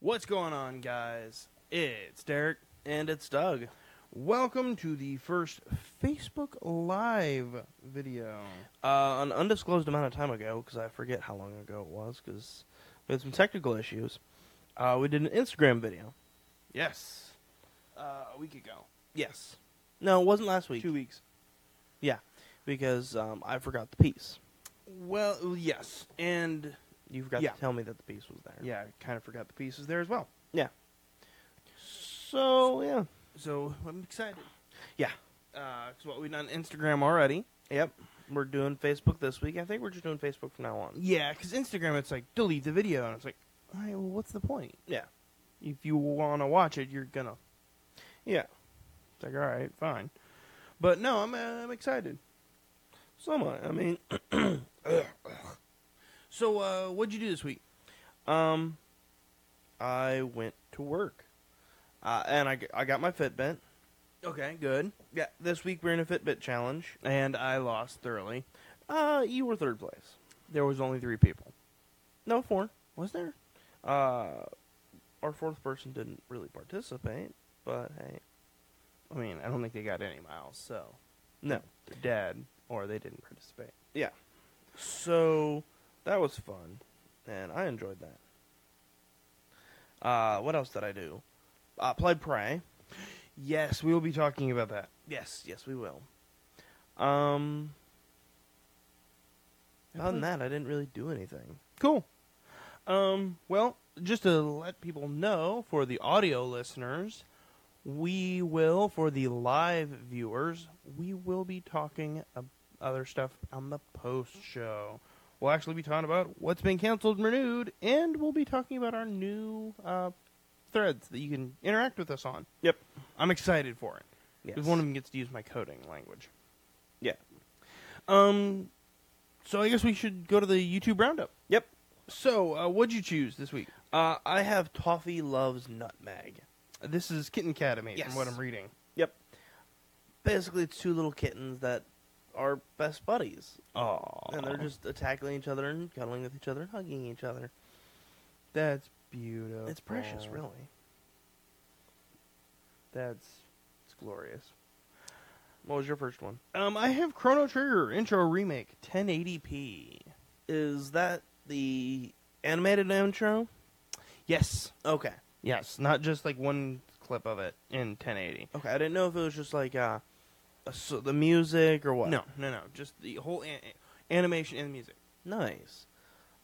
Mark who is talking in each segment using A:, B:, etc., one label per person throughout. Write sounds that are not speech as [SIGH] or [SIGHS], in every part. A: What's going on, guys? It's Derek and it's Doug. Welcome to the first
B: Facebook Live video.
A: uh, an undisclosed amount of time ago because I forget how long ago it was because we had some technical issues. Uh, we did an Instagram video.
B: Yes. Uh, a week ago.
A: Yes. No, it wasn't last week
B: Two weeks.
A: because um, I forgot the piece.
B: Well, yes. And
A: You forgot
B: Yeah.
A: to tell me that the piece was there.
B: yeah, I kind of forgot the pieces there as well.
A: So yeah.
B: So I'm excited.
A: Yeah.
B: Uh, it's what we've done Instagram already.
A: Yep. We're doing Facebook this week. I think we're just doing Facebook from now on.
B: Yeah, because Instagram, it's like delete the video, and it's like, all right, well, what's the point?
A: Yeah.
B: If you want to watch it, you're gonna.
A: Yeah.
B: It's like, all right, fine. But no, I'm uh, I'm excited.
A: So am I. I mean, [CLEARS THROAT]
B: So uh, what'd you do this week?
A: um, I went to work, uh, and I, g- I got my Fitbit.
B: Okay, good.
A: Yeah. This week we're in a Fitbit challenge.
B: And I lost thoroughly.
A: Uh, you were third place.
B: There was only three people.
A: No, four.
B: Was there?
A: Uh, our fourth person didn't really participate, but hey,
B: I mean, I don't think they got any miles, so
A: no.
B: they're dead or they didn't participate.
A: So that was fun, and I enjoyed that. Uh, what else did I do? Uh, played Prey.
B: Yes, we will be talking about that.
A: Yes, yes, we will. Um, other than that, I didn't really do anything.
B: Cool. Um, well, just to let people know for the audio listeners, we will for the live viewers, we will be talking ab- other stuff on the post show. We'll actually be talking about what's been canceled and renewed, and we'll be talking about our new uh, threads that you can interact with us on.
A: Yep.
B: I'm excited for it.
A: Yes.
B: Because one of them gets to use my coding language.
A: Yeah.
B: Um, so I guess we should go to the YouTube roundup.
A: Yep.
B: So, uh, what'd you choose this week?
A: Uh, I have Toffee loves nutmeg.
B: This is Kitten Academy,
A: Yes.
B: from what I'm reading.
A: Yep. Basically, it's two little kittens that are best buddies,
B: Oh,
A: and they're just attacking each other and cuddling with each other and hugging each other.
B: that's beautiful.
A: It's precious, really.
B: That's it's glorious.
A: What was your first one?
B: Um, I have Chrono Trigger intro remake 1080p.
A: Is that the animated intro?
B: Yes,
A: Okay.
B: yes, not just like one clip of it in 1080.
A: Okay, I didn't know if it was just like uh, a s the music or what.
B: No, no, no, just the whole an- animation and music.
A: Nice.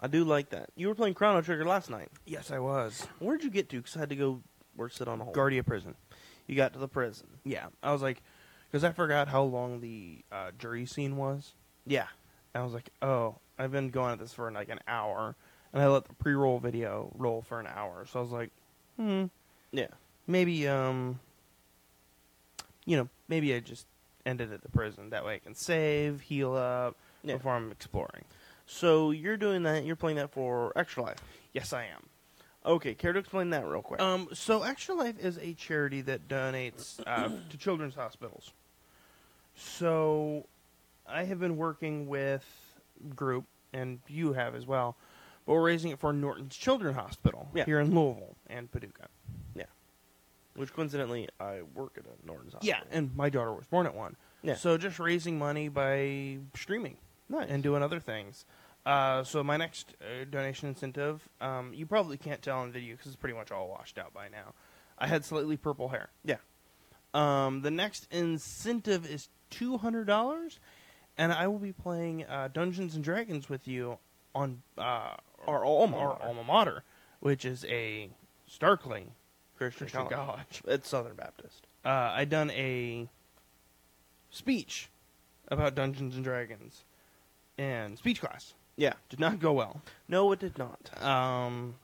A: I do like that. You were playing Chrono Trigger last night.
B: Yes, I was
A: Where'd you get to? Because I had to go or sit on a hold.
B: Guardia Prison.
A: You got to the prison.
B: Yeah, I was like, because I forgot how long the uh, jury scene was.
A: Yeah.
B: I was like, oh, I've been going at this for like an hour, and I let the pre-roll video roll for an hour. So I was like, hmm,
A: Yeah.
B: maybe, um, you know, maybe I just ended at the prison. That way I can save, heal up
A: Yeah.
B: before I'm exploring.
A: So you're doing that. You're playing that for Extra Life.
B: Yes, I am.
A: Okay, care to explain that real quick?
B: Um, so Extra Life is a charity that donates uh, [CLEARS THROAT] to children's hospitals. So I have been working with group, and you have as well, but we're raising it for Norton's Children's Hospital
A: Yeah.
B: here in Louisville and Paducah.
A: Which coincidentally, I work at a Norton's
B: Yeah,
A: hospital.
B: and my daughter was born at one.
A: Yeah.
B: So just raising money by streaming
A: nice.
B: and doing other things. Uh, so my next uh, donation incentive, um, you probably can't tell on video because it's pretty much all washed out by now. I had slightly purple hair.
A: yeah.
B: Um, the next incentive is two hundred dollars, and I will be playing uh, Dungeons and Dragons with you on uh,
A: Our alma
B: our
A: mater.
B: alma mater, which is a Starkling
A: Christian,
B: Christian
A: College.
B: college.
A: It's Southern Baptist.
B: Uh, I done a speech about Dungeons and Dragons in speech class.
A: Yeah.
B: Did not go well.
A: No, it did not.
B: Um,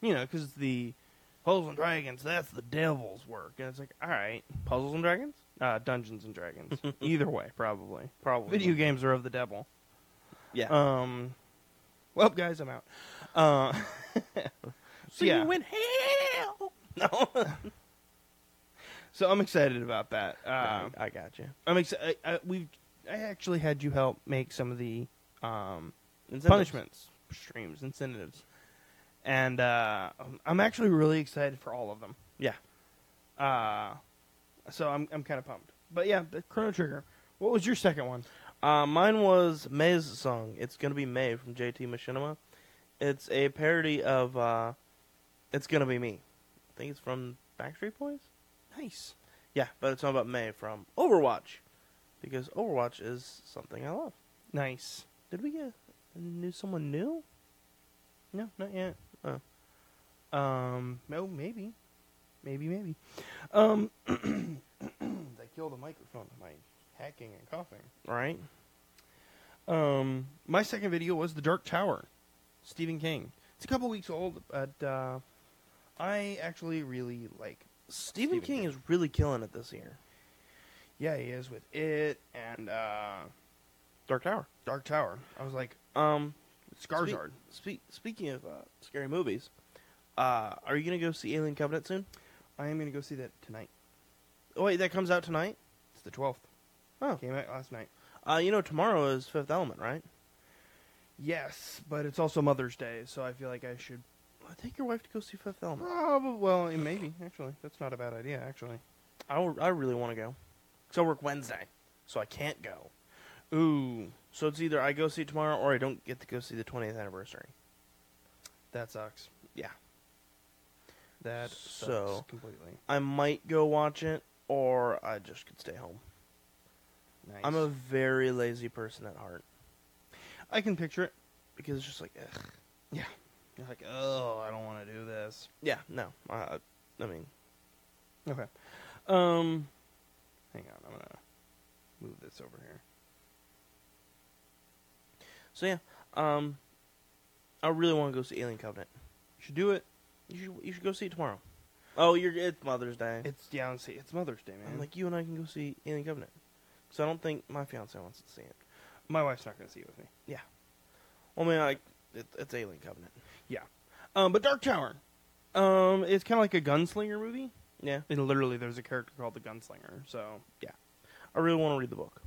B: you know, because the Puzzles and Dragons, that's the devil's work. And it's like, all right,
A: Puzzles and Dragons.
B: uh, Dungeons and [LAUGHS] Dragons. Either way, probably.
A: Probably.
B: Video games are of the devil.
A: Yeah.
B: Um, well, guys, I'm out. Uh, [LAUGHS] so yeah.
A: went hell. No.
B: so I'm excited about that. Um,
A: I got you.
B: I'm excited. I, I, we've I actually had you help make some of the um,
A: Incentives.
B: punishments streams incentives, and uh, I'm- I'm actually really excited for all of them.
A: Yeah.
B: Uh, so I'm I'm kind of pumped. But yeah, the Chrono Trigger. What was your second one?
A: Uh, mine was May's song. It's gonna be May from JT Machinima. It's a parody of uh, "It's Gonna Be Me." I think it's from Backstreet Boys.
B: Nice.
A: Yeah, but it's all about May from Overwatch, because Overwatch is something I love.
B: Nice.
A: Did we get knew someone new?
B: No, not yet.
A: Oh.
B: Um, no, maybe. Maybe, maybe. Um, [CLEARS THROAT] I killed the microphone with my hacking and coughing.
A: Right?
B: Um, my second video was The Dark Tower, Stephen King. It's a couple weeks old, but uh, I actually really like.
A: Stephen,
B: Stephen
A: King,
B: King.
A: is really killing it this year.
B: Yeah, he is with it and uh,
A: Dark Tower.
B: Dark Tower. I was like
A: Um,
B: Skarsgård.
A: Speak, speaking of uh, scary movies, uh, are you gonna go see Alien Covenant soon?
B: I am gonna go see that tonight.
A: Oh wait, that comes out tonight.
B: It's the twelfth.
A: Oh,
B: Came out last night.
A: uh, you know tomorrow is Fifth Element, right?
B: Yes, but it's also Mother's Day, so I feel like I should
A: Well, take your wife to go see Fifth Element.
B: Probably. Well, eh, maybe actually, that's not a bad idea. Actually.
A: I, w- I really want to go. Cause I work Wednesday, so I can't go.
B: Ooh,
A: So it's either I go see it tomorrow or I don't get to go see the 20th anniversary.
B: that sucks.
A: Yeah.
B: That
A: So-
B: sucks completely.
A: I might go watch it, or I just could stay home.
B: Nice.
A: I'm a very lazy person at heart
B: I can picture it.
A: because it's just like, ugh.
B: You're like, oh, I don't want to do this.
A: yeah, no. I, I mean,
B: Okay. Um, hang on. I'm gonna move this over here.
A: so yeah. Um, I really want to go see Alien Covenant.
B: You should do it.
A: You should you should go see it tomorrow. Oh, you're it's Mother's Day.
B: It's yeah. let's See, it's Mother's Day, man.
A: I'm like you and I can go see Alien Covenant. So I don't think my fiance wants to see it.
B: my wife's not gonna see it with me.
A: Well, I mean, like it, it's Alien Covenant.
B: Um, but Dark Tower. Um, it's kind of like a gunslinger movie.
A: Yeah,
B: And literally, there's a character called the Gunslinger. So
A: I really want to read the book,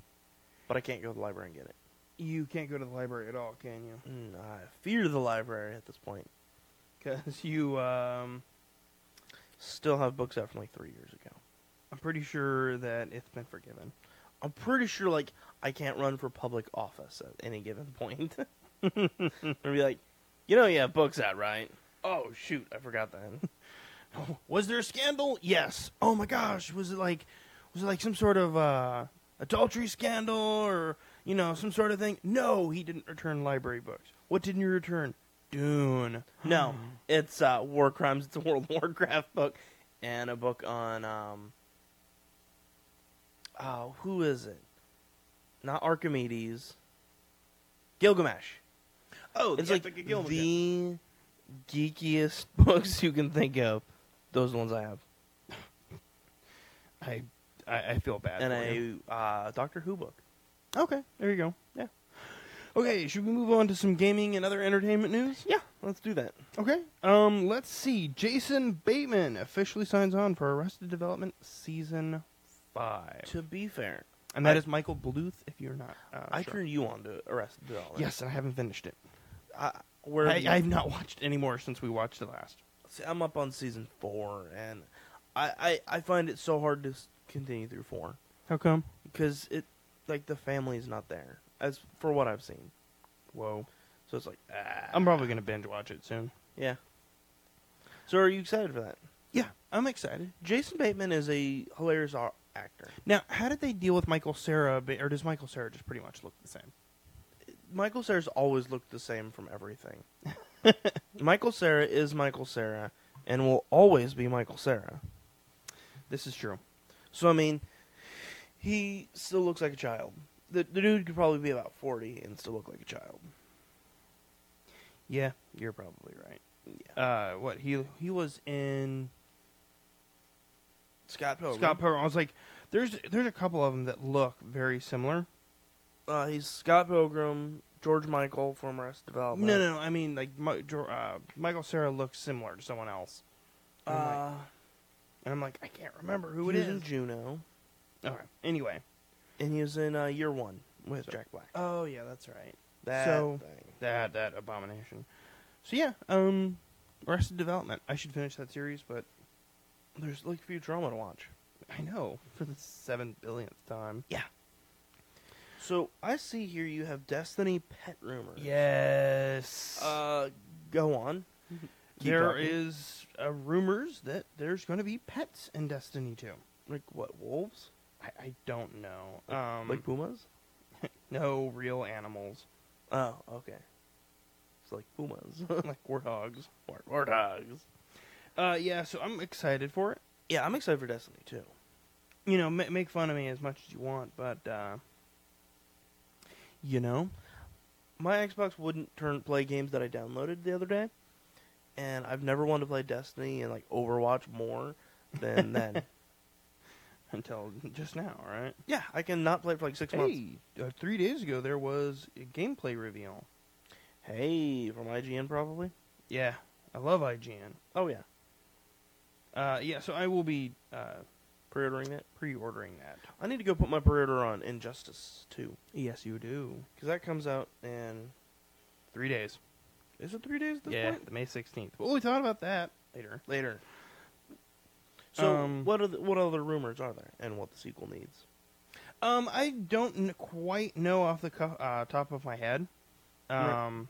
A: but I can't go to the library and get it.
B: you can't go to the library at all, can you?
A: Mm, I fear the library at this point.
B: because you um,
A: Still have books out from like three years ago.
B: i'm pretty sure that it's been forgiven
A: I'm pretty sure like I can't run for public office at any given point. [LAUGHS] I'd be like, you know, yeah, books out, right? Oh shoot, I forgot [LAUGHS] that.
B: was there a scandal yes oh my gosh was it like was it like some sort of uh, adultery scandal or you know some sort of thing no he didn't return library books what didn't you return dune
A: no, it's uh, War Crimes. It's a World of Warcraft book and a book on um. Oh, who is it? Not Archimedes. Gilgamesh.
B: oh
A: it's like the geekiest [LAUGHS] books you can think of. Those ones I have,
B: I, I i feel bad
A: and
B: for you.
A: a uh, Doctor Who book.
B: okay there you go yeah okay should we move on to some gaming and other entertainment news
A: Yeah, let's do that.
B: Okay. Um, let's see. Jason Bateman officially signs on for Arrested Development season five,
A: To be fair,
B: and that
A: I-
B: is Michael Bluth. If you're not, uh,
A: I
B: sure.
A: turned you on to Arrested Development.
B: Yes, and I haven't finished it.
A: I, where
B: I, I've not watched any more since we watched it last.
A: see, I'm up on season four, and I, I I find it so hard to s- continue through four
B: How come?
A: because it like the family's not there as for what I've seen.
B: Whoa.
A: So it's like ah.
B: I'm probably gonna binge watch it soon.
A: yeah. So are you excited for that?
B: Yeah, I'm excited.
A: Jason Bateman is a hilarious ar- actor.
B: Now, how did they deal with Michael Sarah? Or does Michael Sarah just pretty much look the same?
A: Michael Sarah's always looked the same from [LAUGHS] everything. Michael Sarah is Michael Sarah and will always be Michael Sarah.
B: This is true.
A: So I mean, he still looks like a child. The, the dude could probably be about forty and still look like a child.
B: Yeah, you're probably right.
A: Yeah.
B: Uh, what he he was in
A: Scott Pilgrim.
B: Scott Pilgrim. I was like, there's there's a couple of them that look very similar.
A: uh, he's Scott Pilgrim. George Michael from Arrested Development.
B: No, no, no. I mean, like Mi- Jo- uh, Michael Sarah looks similar to someone else,
A: Uh,
B: and I'm like, I can't remember who
A: he
B: it
A: was in
B: is.
A: Juno,
B: Okay. Anyway.
A: and he was in uh, Year One with Jack Black.
B: Oh yeah, that's right.
A: That
B: so
A: thing.
B: that that abomination. So yeah, um, Arrested Development. I should finish that series, but there's like few drama to watch. I know for the seven billionth time.
A: Yeah. So I see here you have Destiny Pet Rumors.
B: Yes.
A: Uh, go on. [LAUGHS] Keep
B: there
A: talking.
B: is uh, rumors that there's going to be pets in Destiny 2.
A: Like what? Wolves?
B: I, I don't know. Um,
A: like pumas?
B: no real animals [LAUGHS]
A: Oh, okay. It's like pumas. [LAUGHS]
B: like warthogs.
A: War- warthogs.
B: Uh, yeah, so I'm excited for it.
A: Yeah, I'm excited for Destiny too.
B: You know, ma- make fun of me as much as you want, but uh, you know, [LAUGHS]
A: My Xbox wouldn't turn play games that I downloaded the other day, and I've never wanted to play Destiny and like Overwatch more [LAUGHS] than then.
B: until just now, right?
A: Yeah, I can not play it for like six months.
B: Hey, uh, three days ago there was a gameplay reveal.
A: Hey, from IGN probably.
B: Yeah, I love IGN.
A: Oh yeah,
B: Uh, yeah, so I will be uh,
A: pre-ordering that.
B: pre-ordering that.
A: I need to go put my pre-order on Injustice too,
B: Yes, you do.
A: because that comes out in
B: Three days.
A: is it three days at this
B: yeah,
A: point?
B: May sixteenth. We'll be talking about that later.
A: Later. So
B: Um,
A: what are the, what other rumors are there, and what the sequel needs?
B: Um, I don't kn- quite know off the cuff, uh, top of my head.
A: Right.
B: Um,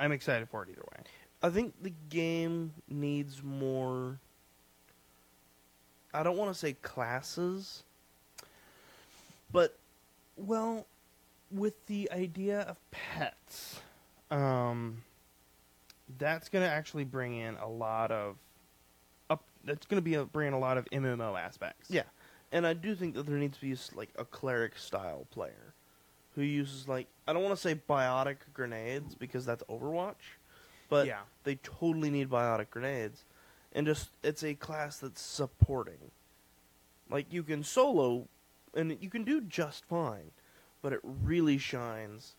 B: I'm excited for it either way.
A: I think the game needs more. I don't want to say classes, but
B: Well, with the idea of pets, um, that's going to actually bring in a lot of up. That's going to be a, bring in a lot of MMO aspects.
A: yeah, and I do think that there needs to be s- like a cleric style player who uses like I don't want to say biotic grenades because that's Overwatch, but
B: yeah,
A: they totally need biotic grenades, and just it's a class that's supporting. Like you can solo, and you can do just fine, but it really shines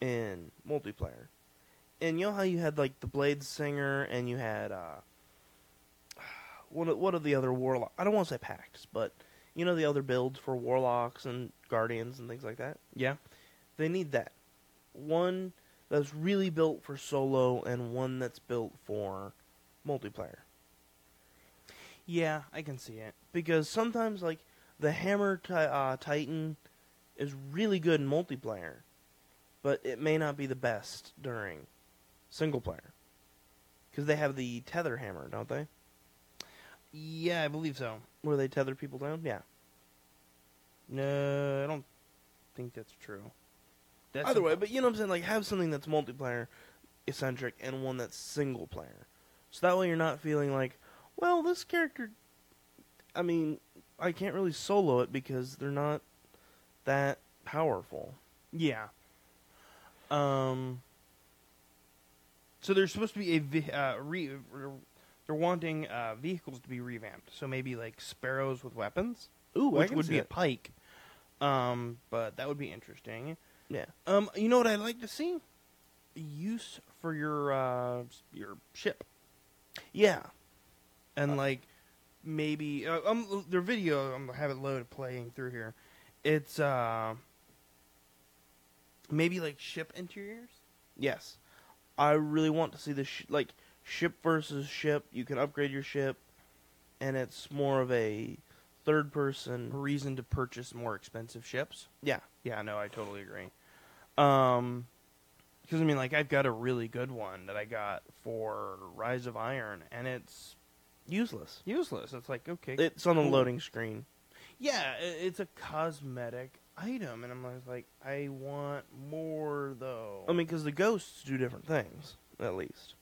A: in multiplayer. And you know how you had like the Blade Singer, and you had uh, [SIGHS] one of what are the other warlock? I don't want to say pacts, but you know the other builds for warlocks and guardians and things like that
B: yeah,
A: they need that one that's really built for solo and one that's built for multiplayer
B: yeah. I can see it.
A: because sometimes like the hammer ti- uh, titan is really good in multiplayer but it may not be the best during single player because they have the tether hammer don't they
B: Yeah, I believe so.
A: where they tether people down yeah
B: No, I don't think that's true. That's
A: Either way,
B: impo-
A: but you know what I'm saying? Like, have something that's multiplayer eccentric and one that's single player. So that way you're not feeling like, well, this character. I mean, I can't really solo it because they're not that powerful.
B: Yeah. Um. So there's supposed to be a ve- uh, re- re- they're wanting uh, vehicles to be revamped. So maybe like sparrows with weapons,
A: Ooh,
B: which would be a pike. Um, but that would be interesting.
A: yeah.
B: Um, you know what I'd like to see? Use for your uh, s- your ship
A: Yeah.
B: and like maybe uh, um their video I'm gonna have it loaded playing through here. It's uh maybe like ship interiors.
A: Yes. I really want to see the sh- like ship versus ship. You can upgrade your ship, and it's more of a third person.
B: reason to purchase more expensive ships.
A: Yeah.
B: Yeah, no, I totally agree. Um, because I mean, like, I've got a really good one that I got for Rise of Iron, and it's
A: Useless.
B: useless. It's like, okay,
A: It's on a
B: cool.
A: loading screen.
B: Yeah, i- it's a cosmetic item, and I'm always like, I want more though.
A: I mean, because the ghosts do different things, at least.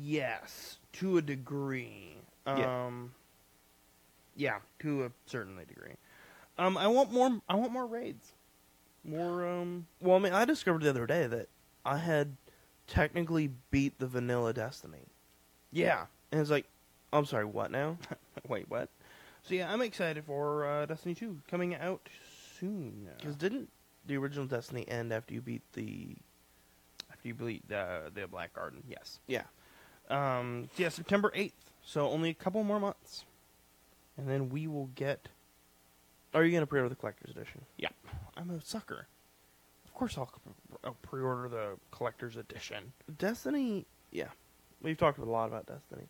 B: yes, to a degree.
A: Yeah.
B: Um, yeah, to a certainly degree. Um, I want more. I want more raids. More um
A: Well, I mean, I discovered the other day that I had technically beat the vanilla Destiny.
B: yeah.
A: And it's like, I'm sorry, what [LAUGHS] now?
B: Wait, what? So yeah, I'm excited for uh, Destiny 2 coming out soon.
A: Because didn't the original Destiny end after you beat the.
B: After you bleed the the Black Garden, yes.
A: Yeah.
B: Um, yeah, September 8th. So only a couple more months, and then we will get.
A: Are you going to pre order the Collector's Edition?
B: Yeah, I'm a sucker. Of course, I'll, I'll pre-order the collector's edition.
A: Destiny. Yeah. We've talked a lot about Destiny.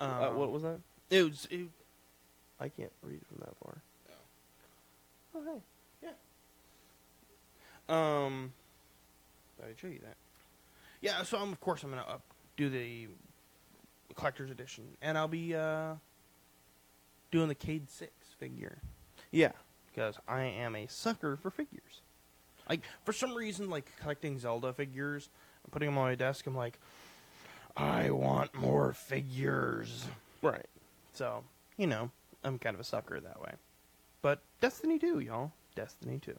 A: uh, what was that?
B: Um, It was. It,
A: I can't read from that far. Oh, hey.
B: um, I show you that. Yeah. So I'm, of course I'm gonna up, do the collector's edition, and I'll be uh, doing the Cade Six figure
A: Yeah.
B: because I am a sucker for figures. Like for some reason, like collecting Zelda figures, and putting them on my desk. I'm like, I want more figures.
A: Right.
B: So, you know, I'm kind of a sucker that way. But Destiny 2, y'all. Destiny 2.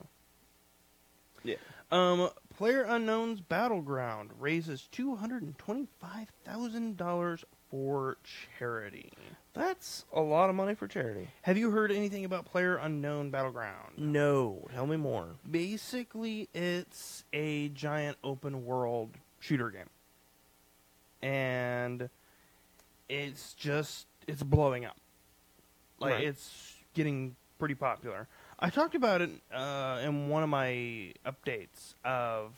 A: Yeah.
B: Um, Player Unknown's Battleground raises $225,000 for charity.
A: That's a lot of money for charity.
B: Have you heard anything about Player Unknown Battleground?
A: No. Tell me more.
B: Basically, it's a giant open world shooter game. And it's just it's blowing up. Like
A: Right.
B: it's getting pretty popular. I talked about it uh, in one of my updates of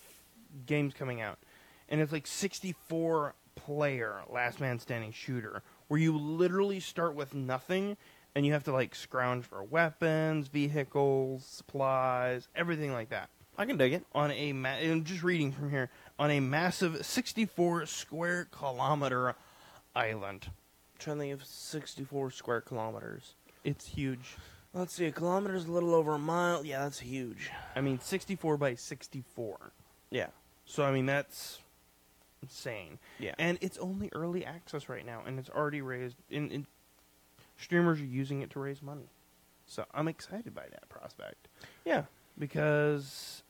B: games coming out, and it's like 64 player last man standing shooter where you literally start with nothing and you have to like scrounge for weapons, vehicles, supplies, everything like that
A: I can dig it.
B: on a ma- I'm just reading from here on a massive 64 square kilometer island.
A: trying to think of 64 square kilometers.
B: It's huge.
A: Let's see, a kilometer is a little over a mile. Yeah, that's huge.
B: I mean 64 by 64.
A: Yeah.
B: So I mean that's insane.
A: Yeah.
B: And it's only early access right now and it's already raised and, and streamers are using it to raise money. So I'm excited by that prospect
A: yeah.
B: because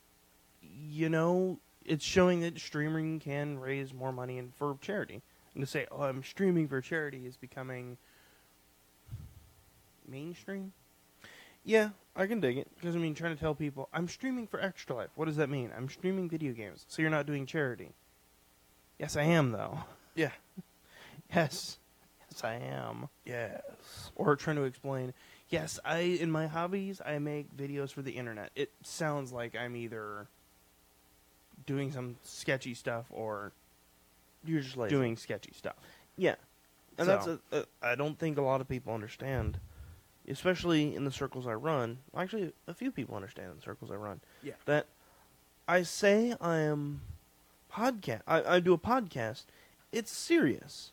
B: you know it's showing that streaming can raise more money and for charity. And to say, "Oh, I'm streaming for charity" is becoming mainstream.
A: Yeah, I can dig it.
B: Because I mean, trying to tell people I'm streaming for Extra Life. What does that mean? I'm streaming video games, so you're not doing charity. Yes, I am though.
A: Yeah.
B: Yes, yes, I am.
A: Yes.
B: Or trying to explain. Yes, I in my hobbies I make videos for the internet. It sounds like I'm either doing some sketchy stuff or
A: You're just lazy.
B: doing sketchy stuff.
A: Yeah.
B: So-
A: And that's a, a, I don't think a lot of people understand, especially in the circles I run. Actually, a few people understand in the circles I run.
B: Yeah.
A: That I say I am podcast. I, I do a podcast. It's serious.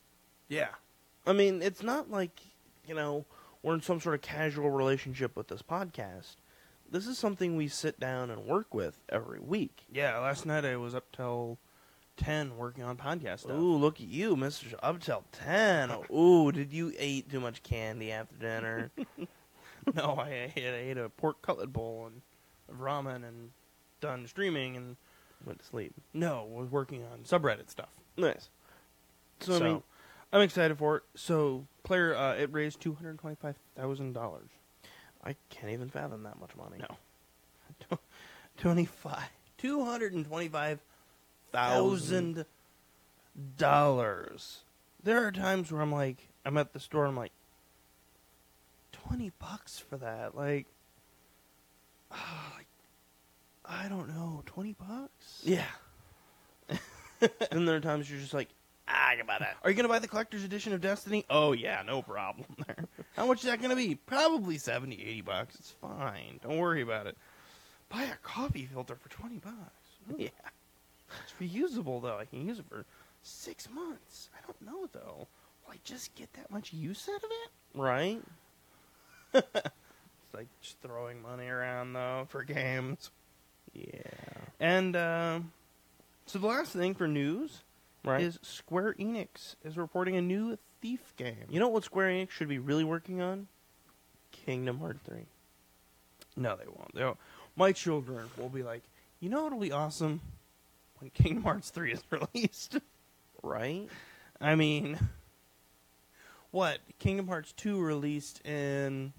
B: Yeah.
A: I mean, it's not like, you know, we're in some sort of casual relationship with this podcast. This is something we sit down and work with every week.
B: Yeah, last night I was up till 10 working on podcast stuff.
A: Ooh, look at you, Mr. Up till 10. Ooh, did you eat too much candy after [LAUGHS] dinner?
B: [LAUGHS] No, I ate, I ate a pork cutlet bowl and of ramen and done streaming and
A: Went to sleep.
B: no, was working on subreddit stuff.
A: Nice. So, I mean,
B: I'm excited for it. So, player, uh, it raised two hundred twenty-five thousand dollars.
A: I can't even fathom that much money.
B: No. [LAUGHS] Twenty-five, two hundred and twenty-five
A: Thousand.
B: thousand dollars. There are times where I'm like, I'm at the store, I'm like, twenty bucks for that. Like, [SIGHS] ah, like, I don't know, twenty bucks. [LAUGHS]
A: Yeah. then there are times you're just like, ah, I can buy that.
B: Are you gonna buy the collector's edition of Destiny? Oh yeah, no problem [LAUGHS] there. How much is that gonna be? Probably 70, 80 bucks. It's fine. Don't worry about it. Buy a coffee filter for twenty bucks. Ooh,
A: Yeah.
B: It's reusable though. I can use it for six months. I don't know though. Will I just get that much use out of it?
A: Right?
B: It's [LAUGHS] like just throwing money around though for games.
A: Yeah.
B: And uh, so the last thing for news
A: Right?
B: is Square Enix is reporting a new Thief game.
A: You know what Square Enix should be really working on? Kingdom Hearts 3.
B: No, they won't. They'll, my children will be like, you know what'll be awesome when Kingdom Hearts three is [LAUGHS] released.
A: Right?
B: I mean, what Kingdom Hearts two released in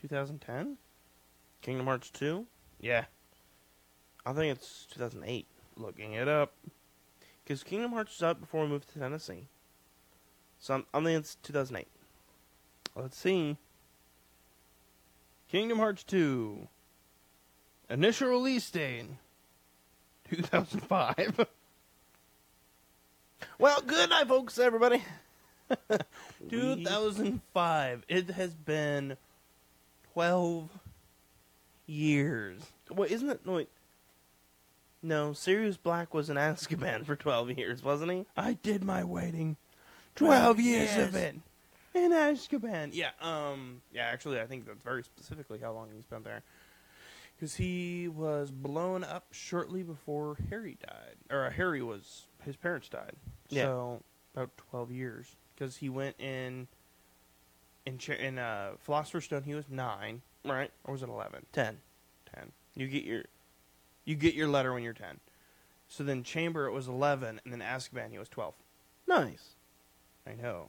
B: 2010?
A: Kingdom Hearts 2?
B: Yeah,
A: I think it's 2008.
B: looking it up.
A: Because Kingdom Hearts was out before we moved to Tennessee. So I'm, I think it's 2008.
B: Let's see. Kingdom Hearts two. Initial release date 2005.
A: Well, good night, folks, everybody. [LAUGHS]
B: 2005. It has been 12 years.
A: Wait, isn't it? No, wait. No, Sirius Black was in Azkaban for 12 years, wasn't he?
B: I did my waiting.
A: 12
B: 12 years
A: years.
B: of it. In Azkaban. Yeah, um, yeah, actually, I think that's very specifically how long he spent there. Because he was blown up shortly before Harry died. Or uh, Harry was, his parents died.
A: Yeah.
B: So, about 12 years. Because he went in, in, Cha- in uh, Philosopher's Stone, he was nine.
A: Right.
B: Or was it 11?
A: 10.
B: 10. You get your you get your letter when you're 10. So then Chamber it was 11 and then Azkaban he was 12.
A: Nice.
B: I [LAUGHS] know.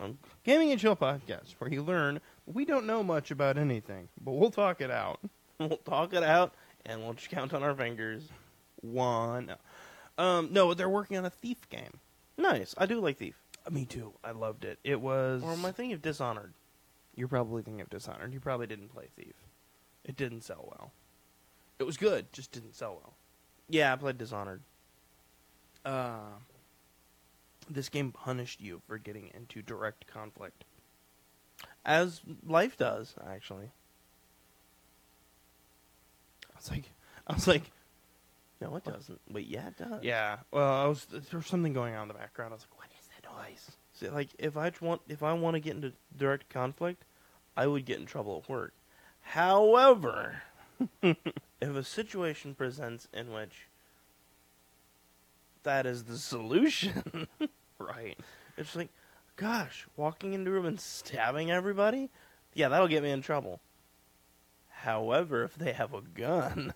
A: Um,
B: Gaming and Chill podcast where you learn we don't know much about anything, but we'll talk it out.
A: [LAUGHS] we'll talk it out, and we'll just count on our fingers.
B: One. Um no, they're working on a thief game.
A: Nice. I do like Thief.
B: Me too. I loved it. It was
A: Or am I thinking of Dishonored?
B: You're probably thinking of Dishonored. You probably didn't play Thief. It didn't sell well. It was good, just didn't sell well.
A: Yeah, I played Dishonored.
B: uh, this game punished you for getting into direct conflict.
A: As life does, actually.
B: I was like, I was like,
A: No, it doesn't. But yeah, it does.
B: yeah. Well, I was there was something going on in the background. I was like, what is that noise?
A: See, like if I want if I want to get into direct conflict, I would get in trouble at work. However, if a situation presents in which that is the solution, [LAUGHS]
B: Right.
A: it's like, gosh, walking into a room and stabbing everybody, yeah, that'll get me in trouble. However, if they have a gun,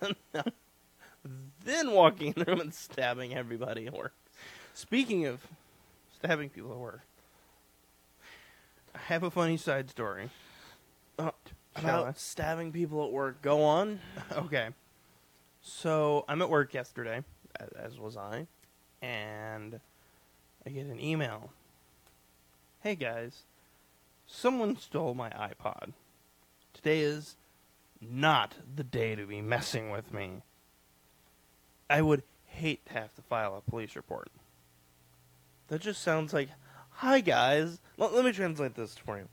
A: [LAUGHS] then walking into a room and stabbing everybody works.
B: Speaking of stabbing people at work, I have a funny side story. [LAUGHS]
A: Uh,
B: Shall I?
A: about stabbing people at work. Go on.
B: okay. So I'm at work yesterday,
A: a- as was I.
B: and I get an email. Hey guys, someone stole my iPod. Today is not the day to be messing with me. I would hate to have to file a police report.
A: That just sounds like, hi guys. L- let me translate this for you.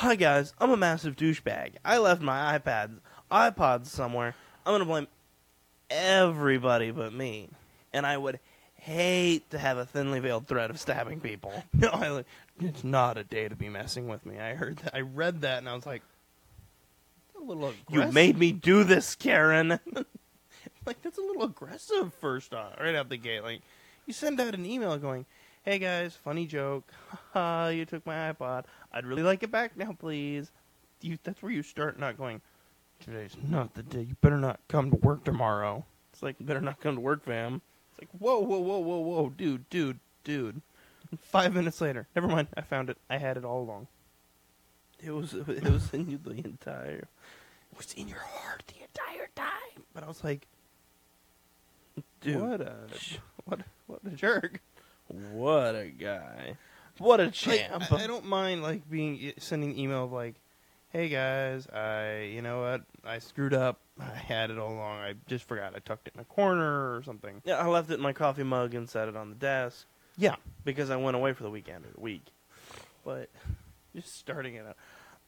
A: Hi guys, I'm a massive douchebag. I left my iPads, iPods somewhere. I'm gonna blame everybody but me, and I would hate to have a thinly veiled threat of stabbing people. [LAUGHS]
B: No, I, li- it's not a day to be messing with me. I heard that. I read that and I was like, a little
A: You
B: aggressive.
A: made me do this, Karen. [LAUGHS]
B: like that's a little aggressive first on right out the gate like you send out an email going hey guys funny joke [LAUGHS] haha you took my ipod i'd really like it back now please you, that's where you start not going today's not the day you better not come to work tomorrow
A: it's like better not come to work, fam.
B: it's like whoa whoa whoa whoa whoa dude dude dude five minutes later never mind i found it i had it all along
A: It
B: [LAUGHS]
A: was it was in you the entire.
B: it was in your heart the entire time but i was like
A: Dude,
B: what a what, what a jerk
A: what a guy. What a
B: Like,
A: champ.
B: I, I don't mind like being sending email of like, "Hey guys, I you know what I screwed up. I had it all along. I just forgot. I tucked it in a corner or something."
A: Yeah, I left it in my coffee mug and set it on the desk
B: Yeah,
A: because I went away for the weekend or the week.
B: but just starting it up.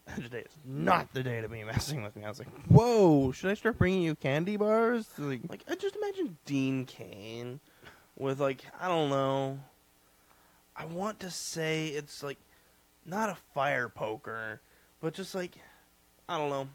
B: [LAUGHS] Today is not the day to be [LAUGHS] messing with me. I was like, "Whoa, should I start bringing you candy bars?" Like,
A: Like, I just imagine Dean Kane with, like, I don't know. I want to say it's, like, not a fire poker, but just, like, I don't know,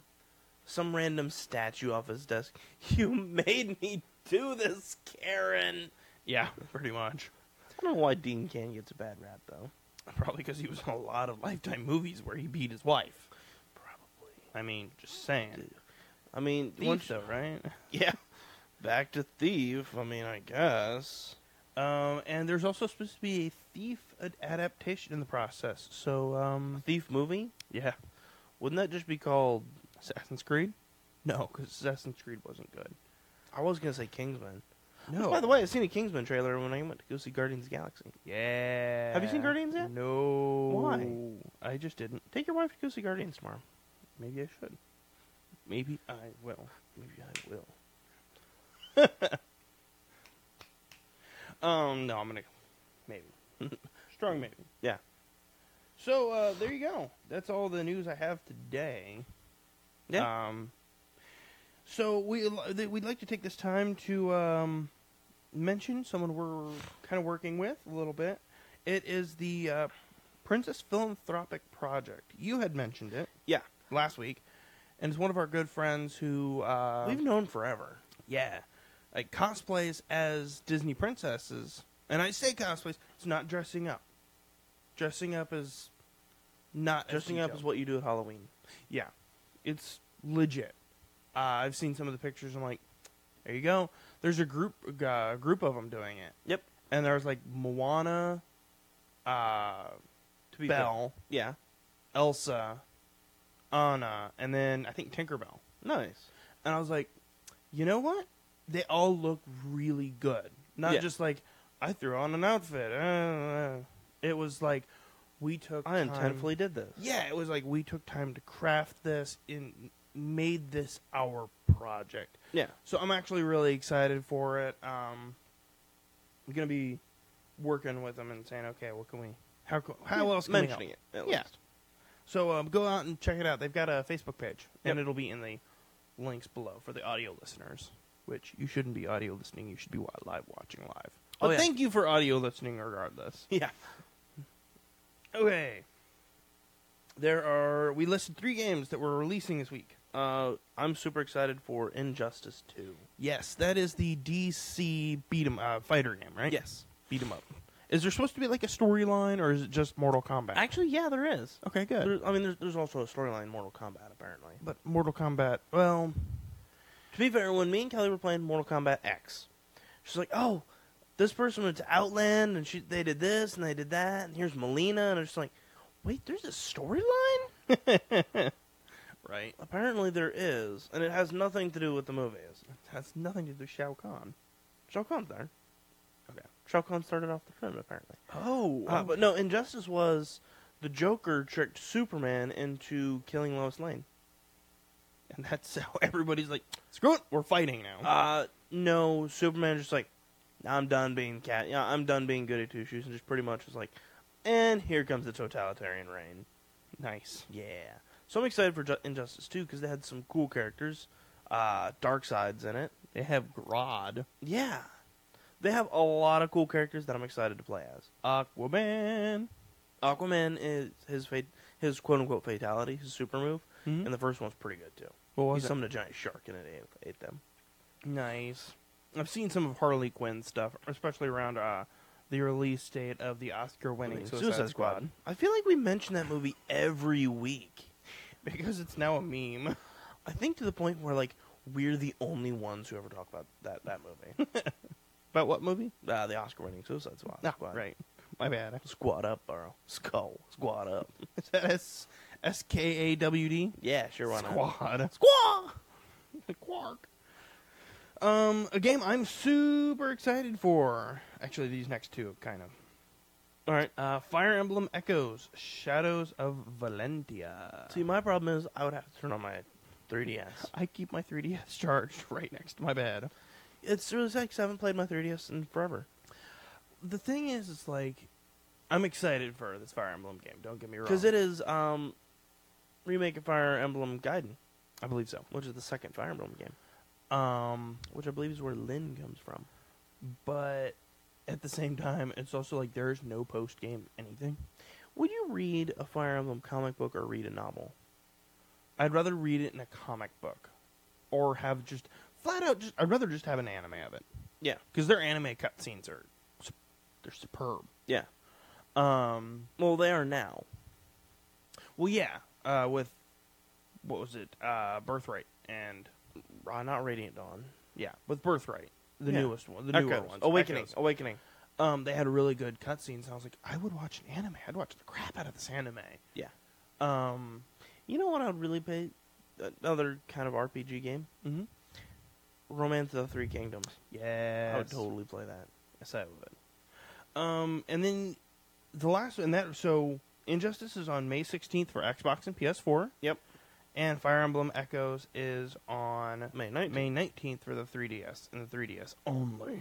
A: some random statue off his desk. [LAUGHS] You made me do this, Karen!
B: yeah, pretty much.
A: I don't know why Dean Kane gets a bad rap, though.
B: Probably because he was in a lot of Lifetime movies where he beat his wife.
A: Probably.
B: I mean, just saying.
A: I mean,
B: Once
A: Thief-
B: though, right?
A: [LAUGHS] Yeah. Back to Thief. I mean, I guess.
B: Um, and there's also supposed to be a thief ad- adaptation in the process. So, um,
A: Thief movie?
B: yeah,
A: Wouldn't that just be called?
B: Assassin's Creed. No, because Assassin's Creed wasn't good.
A: I was gonna say Kingsman.
B: No.
A: By the way, I seen a Kingsman trailer when I went to go see Guardians of the Galaxy.
B: yeah.
A: Have you seen Guardians yet?
B: No.
A: Why?
B: I just didn't.
A: Take your wife to go see Guardians tomorrow.
B: Maybe I should. Maybe I will. [LAUGHS]
A: Maybe I will.
B: Um, no, I'm gonna maybe. [LAUGHS] Strong maybe.
A: Yeah.
B: So uh, there you go. That's all the news I have today.
A: Yeah.
B: Um, so we th- we'd like to take this time to um, mention someone we're kind of working with a little bit. It is the uh, Princess Philanthropic Project. You had mentioned it.
A: Yeah.
B: Last week, and it's one of our good friends who uh,
A: We've known forever.
B: yeah, like cosplays as Disney princesses, and I say cosplays. It's not dressing up. Dressing up is not a
A: Dressing up
B: detail.
A: is what you do at Halloween.
B: Yeah, it's legit. Uh, I've seen some of the pictures. I'm like, there you go. There's a group uh, a group of them doing it,
A: Yep.
B: and there's like Moana, uh,
A: To be
B: Belle,
A: Yeah.
B: Elsa, Anna, and then I think Tinkerbell.
A: Nice.
B: and I was like, you know what? They all look really good. Not
A: Yeah.
B: just like I threw on an outfit. Uh, it was like we took.
A: I
B: time-
A: intentionally did this.
B: Yeah, it was like we took time to craft this and made this our project.
A: Yeah.
B: So I'm actually really excited for it. Um, I'm gonna be working with them and saying, okay, what can we? How co- how else can we help?
A: mentioning it? At
B: Yeah.
A: least.
B: So um, go out and check it out. They've got a Facebook page, and
A: Yep.
B: it'll be in the links below for the audio listeners. Which you shouldn't be audio listening; you should be wa- live watching live.
A: Oh,
B: But
A: yeah.
B: thank you for audio listening, regardless.
A: Yeah.
B: Okay, there are we listed three games that we're releasing this week.
A: Uh, I'm super excited for Injustice 2.
B: Yes, that is the DC beat 'em uh, fighter game, right?
A: Yes.
B: beat 'em up. Is there supposed to be like a storyline, or is it just Mortal Kombat?
A: Actually, yeah, there is.
B: okay, good.
A: There, I mean, there's, there's also a storyline in Mortal Kombat, apparently.
B: but Mortal Kombat, well,
A: To be fair, when me and Kelly were playing Mortal Kombat X, she's like, "Oh, this person went to Outland, and she they did this and they did that, and here's Melina," and I'm just like, "Wait, there's a storyline?
B: right?
A: Apparently there is, and it has nothing to do with the movies.
B: That's nothing to do with Shao Kahn.
A: Shao Kahn's there.
B: Okay.
A: Shao Kahn started off the film, apparently.
B: Oh,
A: Uh, but no, Injustice was the Joker tricked Superman into killing Lois Lane.
B: [LAUGHS] And that's how everybody's like, screw it, we're fighting now.
A: Uh, no, Superman just like, I'm done being cat. Yeah, I'm done being goody two shoes, and just pretty much was like, and here comes the totalitarian reign.
B: nice.
A: Yeah. So I'm excited for Ju- Injustice 2 because they had some cool characters, uh, dark sides in it.
B: They have Grodd,
A: Yeah. They have a lot of cool characters that I'm excited to play as.
B: Aquaman,
A: Aquaman is his fate, his quote unquote fatality, his super move,
B: Mhm.
A: and the first one's pretty good too.
B: What
A: He
B: was it?
A: summoned a giant shark and it ate, ate them.
B: nice. I've seen some of Harley Quinn stuff, especially around uh, the release date of the Oscar-winning
A: Suicide,
B: Suicide,
A: Squad.
B: Squad. [LAUGHS]
A: I feel like we mention that movie every week.
B: because it's now a meme.
A: I think to the point where like we're the only ones who ever talk about that that [LAUGHS] movie,
B: About what movie?
A: uh, the Oscar-winning Suicide Squad.
B: No,
A: squad.
B: right. My bad. [LAUGHS]
A: Squad up, bro. Skull. Squad up.
B: Is that S S K A W D?
A: [LAUGHS] Yeah, sure. Why
B: [LAUGHS] Squad.
A: not? Squad.
B: Quark. Um, a game I'm super excited for. Actually, these next two kind of.
A: All right.
B: Uh, Fire Emblem Echoes: Shadows of Valentia.
A: See, my problem is I would have to turn on my 3DS.
B: I keep my 3DS [LAUGHS] charged right next to my bed.
A: It's really sad 'cause I haven't played my 3DS in forever.
B: The thing is, it's like I'm excited for this Fire Emblem game. Don't get me wrong.
A: Because it is um, remake of Fire Emblem Gaiden,
B: I believe so.
A: which is the second Fire Emblem game,
B: Um,
A: which I believe is where Lin comes from.
B: but at the same time, it's also like there is no post game anything.
A: Would you read a Fire Emblem comic book or read a novel?
B: I'd rather read it in a comic book, or have just flat out. Just I'd rather just have an anime of it
A: Yeah,
B: because their anime cutscenes are sup- they're superb.
A: yeah.
B: Um,
A: Well, they are now.
B: Well, yeah, uh, with what was it, uh, Birthright, and
A: Uh, not Radiant Dawn.
B: yeah, with Birthright, the
A: Yeah.
B: newest one, the newer
A: Echoes.
B: ones,
A: Awakening.
B: Echoes.
A: Awakening.
B: Um, they had really good cutscenes. and I was like, I would watch an anime. I'd watch the crap out of this anime.
A: Yeah.
B: Um,
A: You know what I would really pay? Another kind of RPG game,
B: mm-hmm.
A: Romance of the Three Kingdoms.
B: yeah,
A: I would totally play that.
B: Oh, Yes, I would. Um, and then the last and that so Injustice is on May sixteenth for Xbox and PS4,
A: Yep.
B: and Fire Emblem Echoes is on
A: May 19th.
B: May nineteenth for the 3DS and the 3DS only.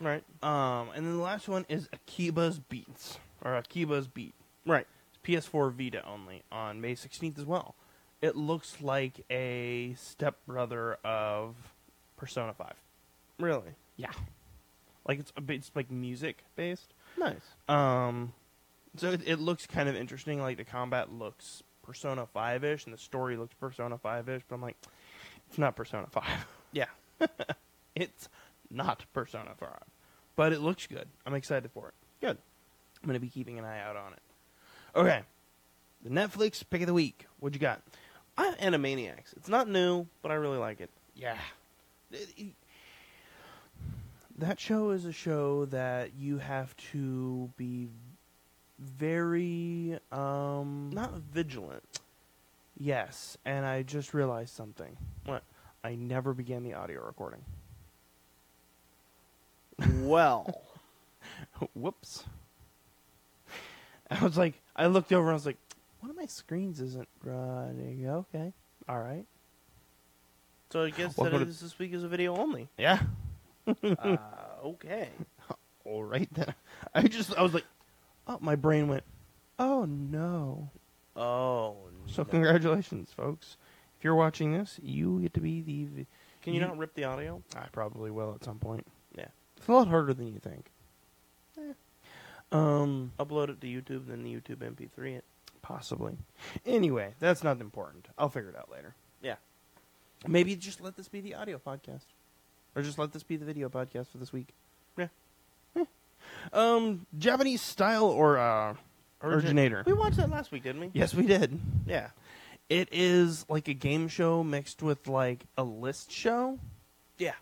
A: Right.
B: Um, and then the last one is Akiba's Beats or Akiba's Beat.
A: Right.
B: It's PS4 Vita only on May 16th as well. It looks like a stepbrother of Persona 5.
A: Really.
B: Yeah. Like it's a bit, it's like music based.
A: Nice.
B: Um, so it, it looks kind of interesting. Like the combat looks Persona Five ish, and the story looks Persona Five ish. But I'm like, it's not Persona Five.
A: Yeah.
B: [LAUGHS] it's not Persona Five. But it looks good. I'm excited for it.
A: Good.
B: I'm gonna be keeping an eye out on it. Okay, the Netflix pick of the week. What you got?
A: I have Animaniacs. It's not new, but I really like it.
B: Yeah. That show is a show that you have to be very um
A: Not vigilant.
B: yes, and I just realized something.
A: What?
B: I never began the audio recording.
A: [LAUGHS] Well.
B: [LAUGHS] Whoops. I was like I looked over and I was like, one of my screens isn't running. Okay. All right.
A: so I guess
B: Welcome
A: that
B: to-
A: is this week is a video only.
B: Yeah.
A: uh, okay.
B: All right then. [LAUGHS] I just I was like, oh, my brain went, "Oh no."
A: Oh.
B: So
A: no.
B: congratulations, folks. If you're watching this, you get to be the. v-
A: Can you not rip the audio?
B: I probably will at some point.
A: Yeah.
B: It's a lot harder than you think. Eh. Um,
A: Upload it to YouTube, then the YouTube MP3 it.
B: possibly. Anyway, that's not important. I'll figure it out later.
A: Yeah.
B: Maybe just let this be the audio podcast, or just let this be the video podcast for this week.
A: Yeah.
B: Eh. Um, Japanese style or uh, originator.
A: We watched that last week, didn't we?
B: yes, we did.
A: Yeah.
B: It is like a game show mixed with like a list show.
A: Yeah.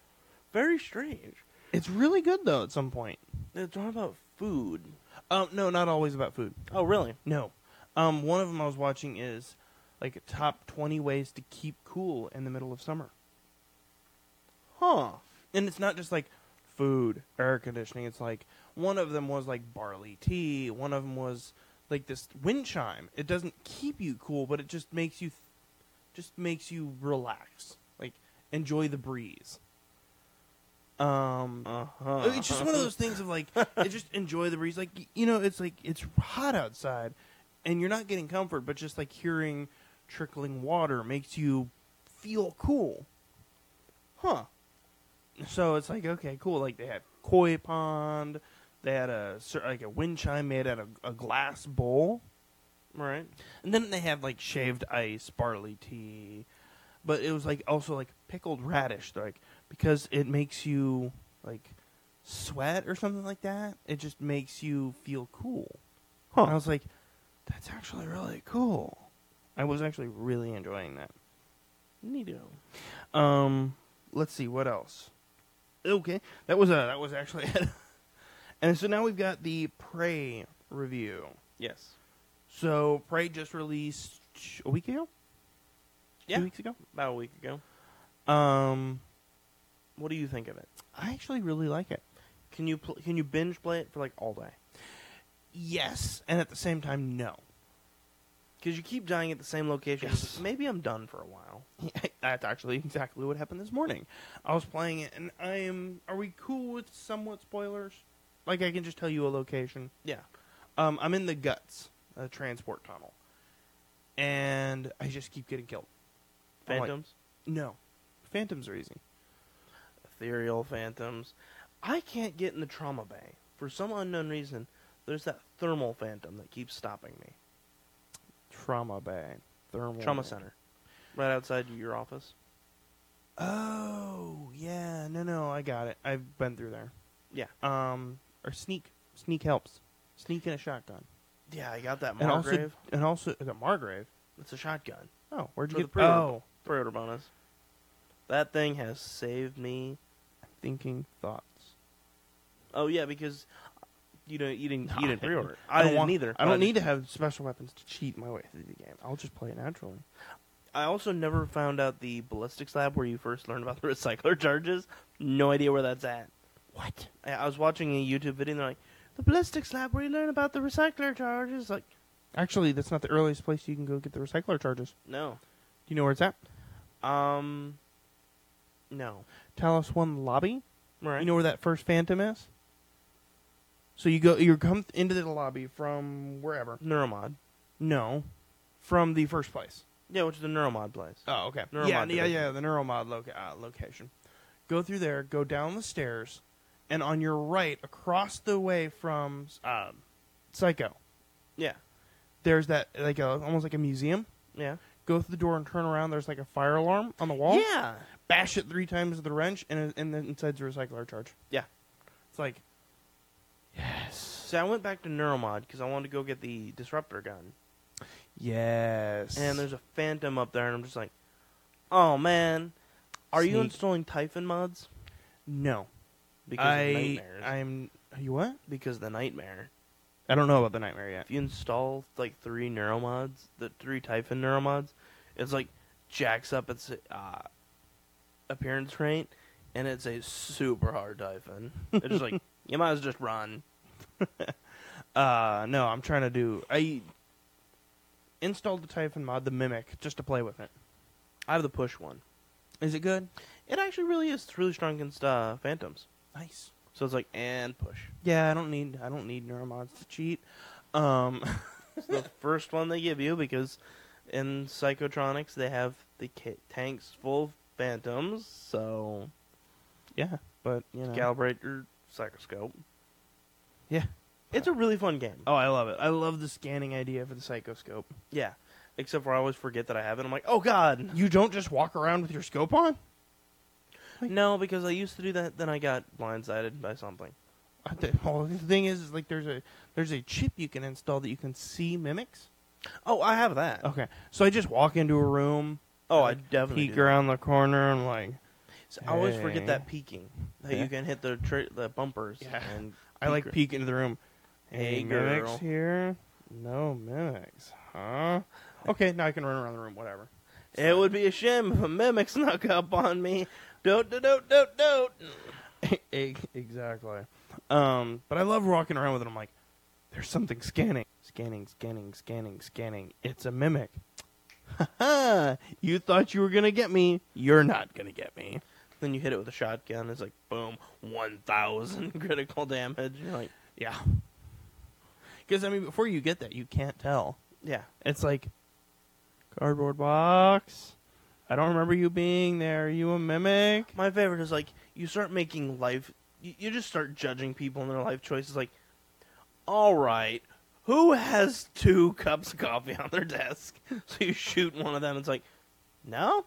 A: Very strange.
B: It's really good though. At some point,
A: They're talking about food.
B: um, no, not always about food.
A: Oh, really?
B: No, um, one of them I was watching is like top twenty ways to keep cool in the middle of summer,
A: Huh.
B: and it's not just like food, air conditioning. It's like one of them was like barley tea. One of them was like this wind chime. It doesn't keep you cool, but it just makes you, just makes you relax. Like enjoy the breeze. Um,
A: Uh huh.
B: It's just one of those things of like, it just enjoy the breeze. Like y- you know, it's like it's hot outside, and you're not getting comfort, but just like hearing trickling water makes you feel cool.
A: Huh.
B: So it's like okay, cool. Like they had koi pond, they had a cer- like a wind chime made out of a glass bowl,
A: Right.
B: and then they had like shaved ice, barley tea, but it was like also like pickled radish, like because it makes you like sweat or something like that. It just makes you feel cool.
A: Huh.
B: And I was like, that's actually really cool. I was actually really enjoying that.
A: Neato.
B: Um, let's see what else. Okay, that was uh that was actually [LAUGHS] it. and so now we've got the Prey review.
A: Yes.
B: So Prey just released a week ago.
A: Yeah.
B: two weeks ago.
A: About a week ago.
B: Um,
A: What do you think of it?
B: I actually really like it.
A: Can you pl- can you binge play it for like all day?
B: Yes, and at the same time, no.
A: Because you keep dying at the same location.
B: Yes.
A: Maybe I'm done for a while.
B: [LAUGHS] That's actually exactly what happened this morning. I was playing it, and I am. Are we cool with somewhat spoilers? Like I can just tell you a location.
A: Yeah.
B: Um, I'm in the guts, a transport tunnel, and I just keep getting killed. I'm like,
A: Phantoms,
B: no, phantoms are easy.
A: ethereal phantoms. I can't get in the trauma bay for some unknown reason. There's that thermal phantom that keeps stopping me.
B: Trauma bay, thermal
A: Trauma center, right outside your office.
B: Oh yeah, no, no, I got it. I've been through there.
A: Yeah.
B: Um, or sneak, sneak helps. Sneak in a shotgun,
A: Yeah, I got that
B: and also,
A: Margrave.
B: and also the Margrave.
A: it's a shotgun.
B: Oh, where'd you
A: For
B: get
A: the pre-order.
B: Oh,
A: Pre-order bonus. That thing has saved me.
B: thinking thoughts.
A: Oh yeah, because you don't you didn't you didn't
B: I-
A: pre-order.
B: I, don't
A: didn't
B: want
A: either.
B: I don't
A: but
B: need to have special weapons to cheat my way through the game. I'll just play it naturally.
A: I also never found out the ballistics lab where you first learn about the [LAUGHS] recycler charges. No idea where that's at.
B: What?
A: I, I was watching a YouTube video and they're like, the ballistics lab where you learn about the recycler charges. Like,
B: Actually, that's not the earliest place you can go get the recycler charges.
A: no.
B: Do you know where it's at?
A: Um, no.
B: Talos One lobby.
A: Right.
B: You know where that first phantom is? So you go you come into the lobby from wherever.
A: Neuromod.
B: No. From the first place.
A: Yeah, which is the Neuromod place.
B: Oh, okay.
A: Neuromod
B: yeah, yeah,
A: division.
B: yeah, the neuromod loca- uh, location. Go through there, go down the stairs, and on your right, across the way from um, Psycho,
A: Yeah.
B: there's that like a, almost like a museum.
A: Yeah.
B: Go through the door and turn around. There's like a fire alarm on the wall.
A: Yeah.
B: Bash it three times with the wrench, and and then inside's a recycler charge.
A: Yeah.
B: It's like
A: So I went back to Neuromod because I wanted to go get the disruptor gun.
B: yes,
A: And there's a phantom up there, and I'm just like, oh man, are you
B: Sneak.
A: installing Typhon mods?
B: no.
A: Because
B: I
A: of nightmares.
B: I'm you what?
A: because of the nightmare.
B: I don't know about the nightmare yet.
A: If you install like three neuromods, the three Typhon neuromods, it's like jacks up its uh, appearance rate, and it's a super hard Typhon. It's
B: [LAUGHS]
A: just like you might as well just run.
B: Uh, no, I'm trying to do. I installed the Typhon mod, the Mimic, just to play with it.
A: I have the push one.
B: Is it good?
A: It actually really is. It's really strong against uh, phantoms.
B: Nice.
A: So it's like and push.
B: Yeah, I don't need I don't need neuromods to cheat. Um,
A: [LAUGHS] It's the first one they give you because in Psychotronics they have the ca- tanks full of phantoms. So
B: yeah, but you know,
A: calibrate your psychoscope.
B: yeah.
A: It's a really fun game.
B: Oh, I love it. I love the scanning idea for the psychoscope.
A: Yeah. Except for I always forget that I have it. I'm like, oh god.
B: You don't just walk around with your scope on.
A: No, because I used to do that. Then I got blindsided by something.
B: I thi- Well, the thing is, is like there's a there's a chip you can install that you can see mimics.
A: Oh, I have that.
B: Okay, so I just walk into a room,
A: Oh, I definitely.
B: peek
A: do that.
B: around the corner, and like
A: So I always
B: Hey.
A: forget that peeking. That
B: Yeah.
A: you can hit the tra- the bumpers.
B: Yeah.
A: And
B: I like
A: peek-
B: peek into the room.
A: Hey,
B: Any mimics
A: girl.
B: here? No mimics, huh? Okay, now I can run around the room. [LAUGHS] Whatever.
A: It would be a shame if a mimic snuck up on me. Dote, dote, dote, dote, dote.
B: E- exactly. Um, but I love walking around with it. I'm like, there's something scanning, scanning, scanning, scanning, scanning. It's a mimic. Ha ha! You thought you were gonna get me. You're not gonna get me.
A: Then you hit it with a shotgun. It's like, boom, 1,000 [LAUGHS] critical damage. You're like,
B: Yeah. Because I mean, before you get that, you can't tell.
A: yeah.
B: It's like cardboard box. I don't remember you being there. Are you a mimic?
A: My favorite is like you start making life. You, you just start judging people and their life choices. Like, all right, who has two cups of coffee on their desk? [LAUGHS] So you shoot one of them. It's like, no,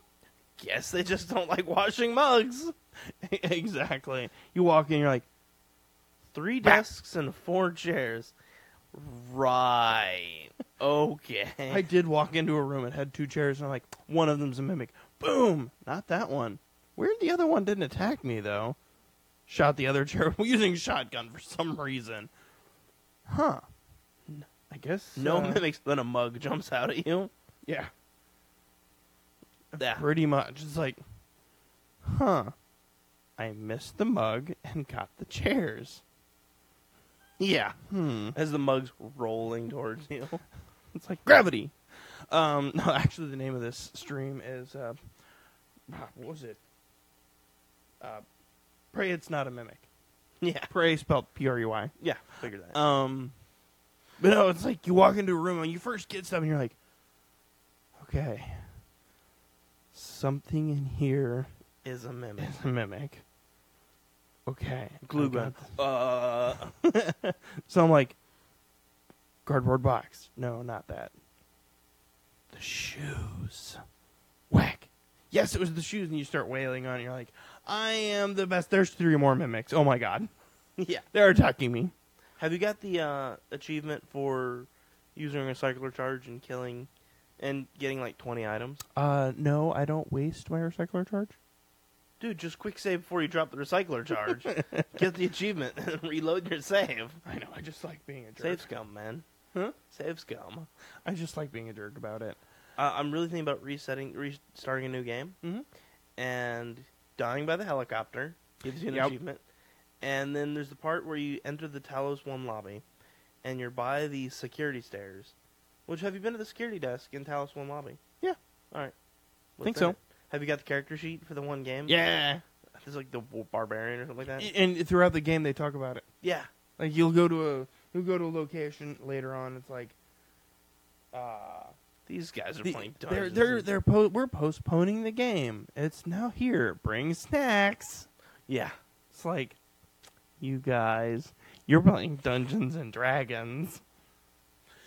A: guess they just don't like washing mugs. [LAUGHS]
B: exactly. You walk in, you're like,
A: Three desks and four chairs.
B: [LAUGHS]
A: Right. Okay.
B: I did walk into a room. It had two chairs, and I'm like, one of them's a mimic. Boom! Not that one. Weird, the other one didn't attack me though. Shot the other chair [LAUGHS] using shotgun for some reason. Huh? I guess
A: no
B: uh,
A: mimics. Then a mug jumps out
B: [LAUGHS]
A: at you.
B: Yeah,
A: Yeah.
B: pretty much. It's like, huh? I missed the mug and got the chairs.
A: Yeah.
B: Hmm.
A: As the mug's rolling towards
B: [LAUGHS]
A: you.
B: It's like gravity. Um, [LAUGHS] no, actually, the name of this stream is uh, ah, what was it? Uh, pray it's not a mimic.
A: Yeah.
B: Pray spelled P R E Y.
A: Yeah. Figure that.
B: Um, but no, it's like you walk into a room and you first get stuff, and you're like, okay, something in here
A: is a mimic.
B: is a mimic. Okay, I
A: [LAUGHS] glue
B: got
A: gun. Uh, [LAUGHS]
B: So I'm like, cardboard box. No, not that. The shoes. Whack. Yes, it was the shoes, and you start wailing on. it. You're like, I am the best. There's three more mimics. Oh my god,
A: yeah.
B: they're attacking me.
A: Have you got the uh, achievement for using a recycler charge and killing and getting like 20 items?
B: Uh, no, I don't waste my recycler charge.
A: Dude, just quick save before you drop the
B: [LAUGHS]
A: recycler charge. Get the achievement [LAUGHS] and reload your save.
B: I know. I just like being a jerk.
A: Save scum, man.
B: Huh?
A: Save scum.
B: I just like being a jerk about it.
A: Uh, I'm really thinking about resetting, restarting a new game,
B: Mm-hmm.
A: and dying by the helicopter gives you an
B: Yep.
A: achievement. And then there's the part where you enter the Talos One lobby, and you're by the security stairs. Which have you been to the security desk in Talos One lobby?
B: Yeah.
A: All right. What's
B: Think
A: in
B: so.
A: it? Have you got the character sheet for the one game?
B: Yeah.
A: It's like the w- barbarian or something like that.
B: And throughout the game, they talk about it.
A: yeah.
B: Like you'll go to a you'll go to a location later on. It's like uh,
A: These guys are
B: the-
A: playing
B: they're
A: dungeons.
B: they're
A: and-
B: they're po- we're postponing the game. It's now here. Bring snacks.
A: yeah.
B: It's like you guys, you're playing Dungeons and Dragons.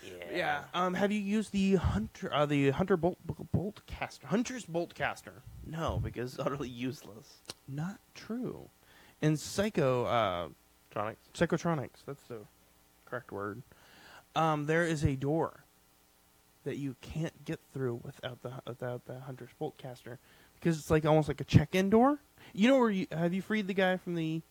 A: Yeah.
B: Yeah. Um. Have you used the hunter? Uh, the hunter bolt bolt caster. Hunter's bolt caster.
A: No, because it's utterly useless.
B: Not true. In Psycho, uh,
A: Tronics.
B: Psychotronics. That's the correct word. Um, there is a door that you can't get through without the without the hunter's bolt caster because it's like almost like a check-in door. You know where you have you freed the guy from the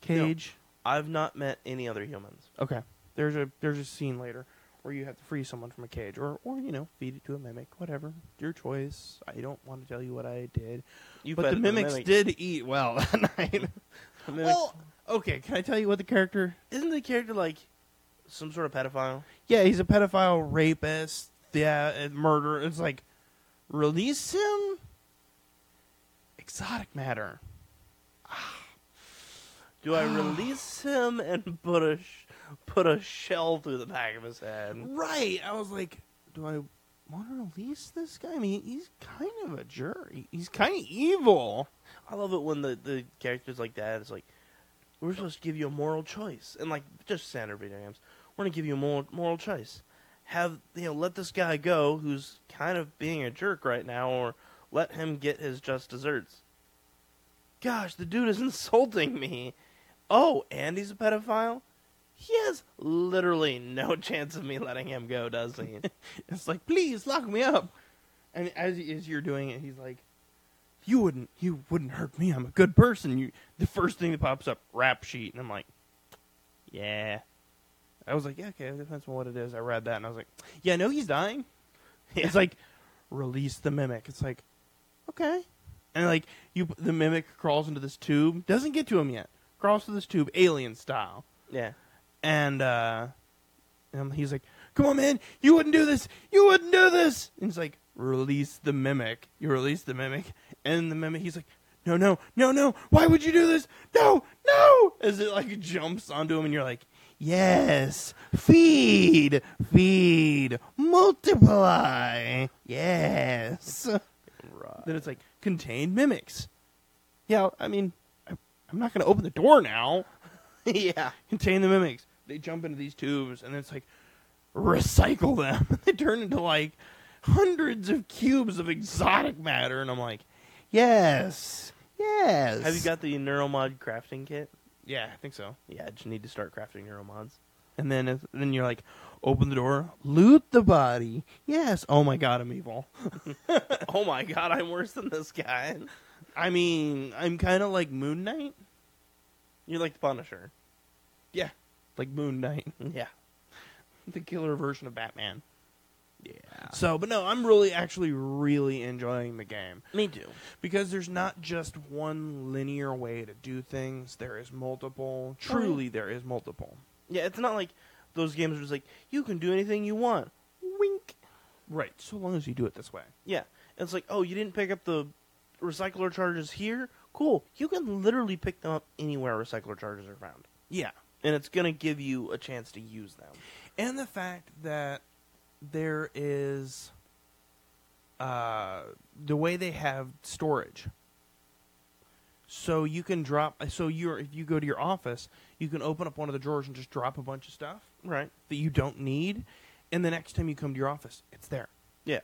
B: cage?
A: I've not met any other humans.
B: Okay. There's a there's a scene later where you have to free someone from a cage or or you know feed it to a mimic, whatever your choice. I don't want to tell you what I did,
A: You
B: but
A: fed
B: the
A: them
B: mimics did eat well [LAUGHS] that night.
A: The mimics-
B: well, [LAUGHS] okay. Can I tell you what the character
A: isn't the character like some sort of pedophile?
B: yeah, he's a pedophile, rapist, yeah, and murderer. It's like release him. Exotic matter.
A: Do I release him and put a sh- put a shell through the back of his head?
B: Right. I was like, do I want to release this guy? I mean, he's kind of a jerk. He's kind of evil.
A: I love it when the the characters like that. It's like we're supposed to give you a moral choice, and like just standard video games, we're gonna give you a moral moral choice. Have you know let this guy go who's kind of being a jerk right now, or let him get his just desserts. Gosh, the dude is [LAUGHS] insulting me. Oh, and he's a pedophile. He has literally no [LAUGHS] chance of me letting him go, does he?
B: [LAUGHS] It's like, please lock me up. And as as you're doing it, he's like, you wouldn't you wouldn't hurt me. I'm a good person. You. The first thing that pops up, rap sheet, and I'm like,
A: yeah.
B: I was like, yeah, okay, it depends on what it is. I read that and I was like, yeah, no, he's dying. [LAUGHS] It's like, release the mimic. It's like, okay, and like you, the mimic crawls into this tube. Doesn't get to him yet. Crawls to this tube, alien style,
A: Yeah.
B: and uh, and he's like, come on, man, you wouldn't do this. You wouldn't do this. And he's like, release the mimic. You release the mimic, and the mimic. He's like. No, no, no, no! Why would you do this? No, no! As it like jumps onto him, and you're like, Yes. Feed. Feed. Multiply. Yes.
A: Right.
B: Then it's like contain mimics. Yeah, I mean, I, I'm not going to open the door now.
A: [LAUGHS] yeah.
B: [LAUGHS] Contain the mimics. They jump into these tubes, and it's like recycle them. [LAUGHS] they turn into like hundreds of cubes of exotic matter, and I'm like, yes, yes.
A: Have you got the neuromod crafting kit?
B: Yeah, I think so.
A: Yeah, I just need to start crafting neuromods.
B: And then if, then you're like, open the door, loot the body. Yes. Oh my god, I'm evil.
A: [LAUGHS] oh my god, I'm worse than this guy.
B: I mean, I'm kind of like Moon Knight.
A: You're like the Punisher.
B: Yeah. Like Moon Knight, [LAUGHS]
A: Yeah.
B: the killer version of Batman.
A: Yeah.
B: So, but no, I'm really actually really enjoying the game
A: Me too.
B: because there's not just one linear way to do things. There is multiple. Truly, there is multiple.
A: Yeah, it's not like those games where it's like, you can do anything you want. Wink.
B: Right. So long as you do it this way.
A: Yeah. It's like, oh, you didn't pick up the recycler charges here? Cool. You can literally pick them up anywhere recycler charges are found.
B: Yeah.
A: And it's going to give you a chance to use them.
B: and the fact that there is uh, the way they have storage so you can drop so you're if you go to your office you can open up one of the drawers and just drop a bunch of stuff
A: Right.
B: that you don't need and the next time you come to your office it's there
A: Yeah.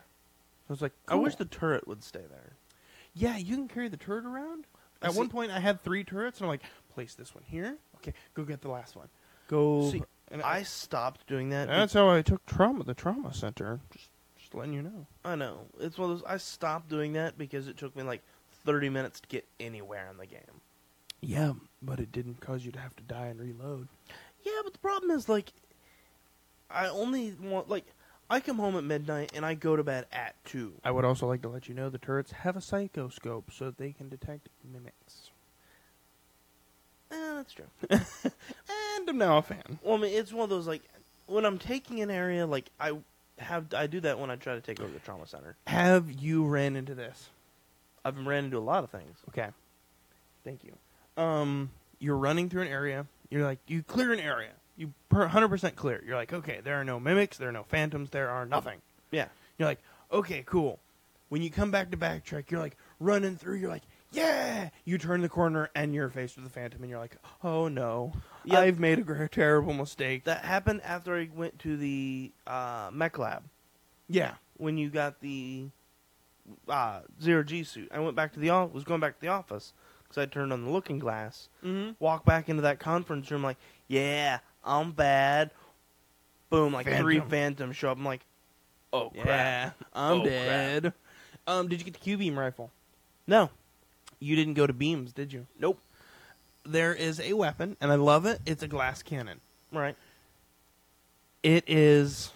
B: so it's like
A: I wish
B: cool.
A: the turret would stay there.
B: yeah you can carry the turret around
A: I
B: at one
A: see-
B: point i had three turrets and i'm like place this one here okay go get the last one go
A: See,
B: and
A: I stopped doing that.
B: that's how i took trauma the trauma center just just letting you know
A: I know. It's one of those. I stopped doing that because it took me like 30 minutes to get anywhere in the game.
B: Yeah, but it didn't cause you to have to die and reload.
A: Yeah, but the problem is like, I only want like, I come home at midnight and I go to bed at two.
B: I would also like to let you know the turrets have a psychoscope so that they can detect mimics.
A: Eh, that's true.
B: And I'm now a fan.
A: Well, I mean, it's one of those like, when I'm taking an area, like I have, I do that when I try to take over the trauma center.
B: Have you ran into this?
A: I've ran into a lot of things.
B: Okay.
A: Thank you.
B: um, you're running through an area. You're like, you clear an area. You per 100% clear. You're like, okay, there are no mimics, there are no phantoms, there are nothing.
A: Yeah.
B: You're like, okay, cool. When you come back to backtrack, you're like running through. You're like, yeah. You turn the corner and you're faced with a phantom, and you're like, oh no,
A: Yep.
B: I've made a gr- terrible mistake.
A: That happened after I went to the uh, mech lab
B: yeah,
A: when you got the uh, zero G suit. I went back to the o- was going back to the office because I turned on the looking glass.
B: mm-hmm.
A: Walk back into that conference room like, yeah, I'm bad. Boom, like three
B: Phantom.
A: phantoms show up. I'm like, oh crap,
B: yeah, I'm
A: Oh, crap.
B: dead. Um, did you get the Q beam rifle?
A: no,
B: You didn't go to beams, did you?
A: nope,
B: There is a weapon, and I love it. It's a glass cannon.
A: right,
B: it is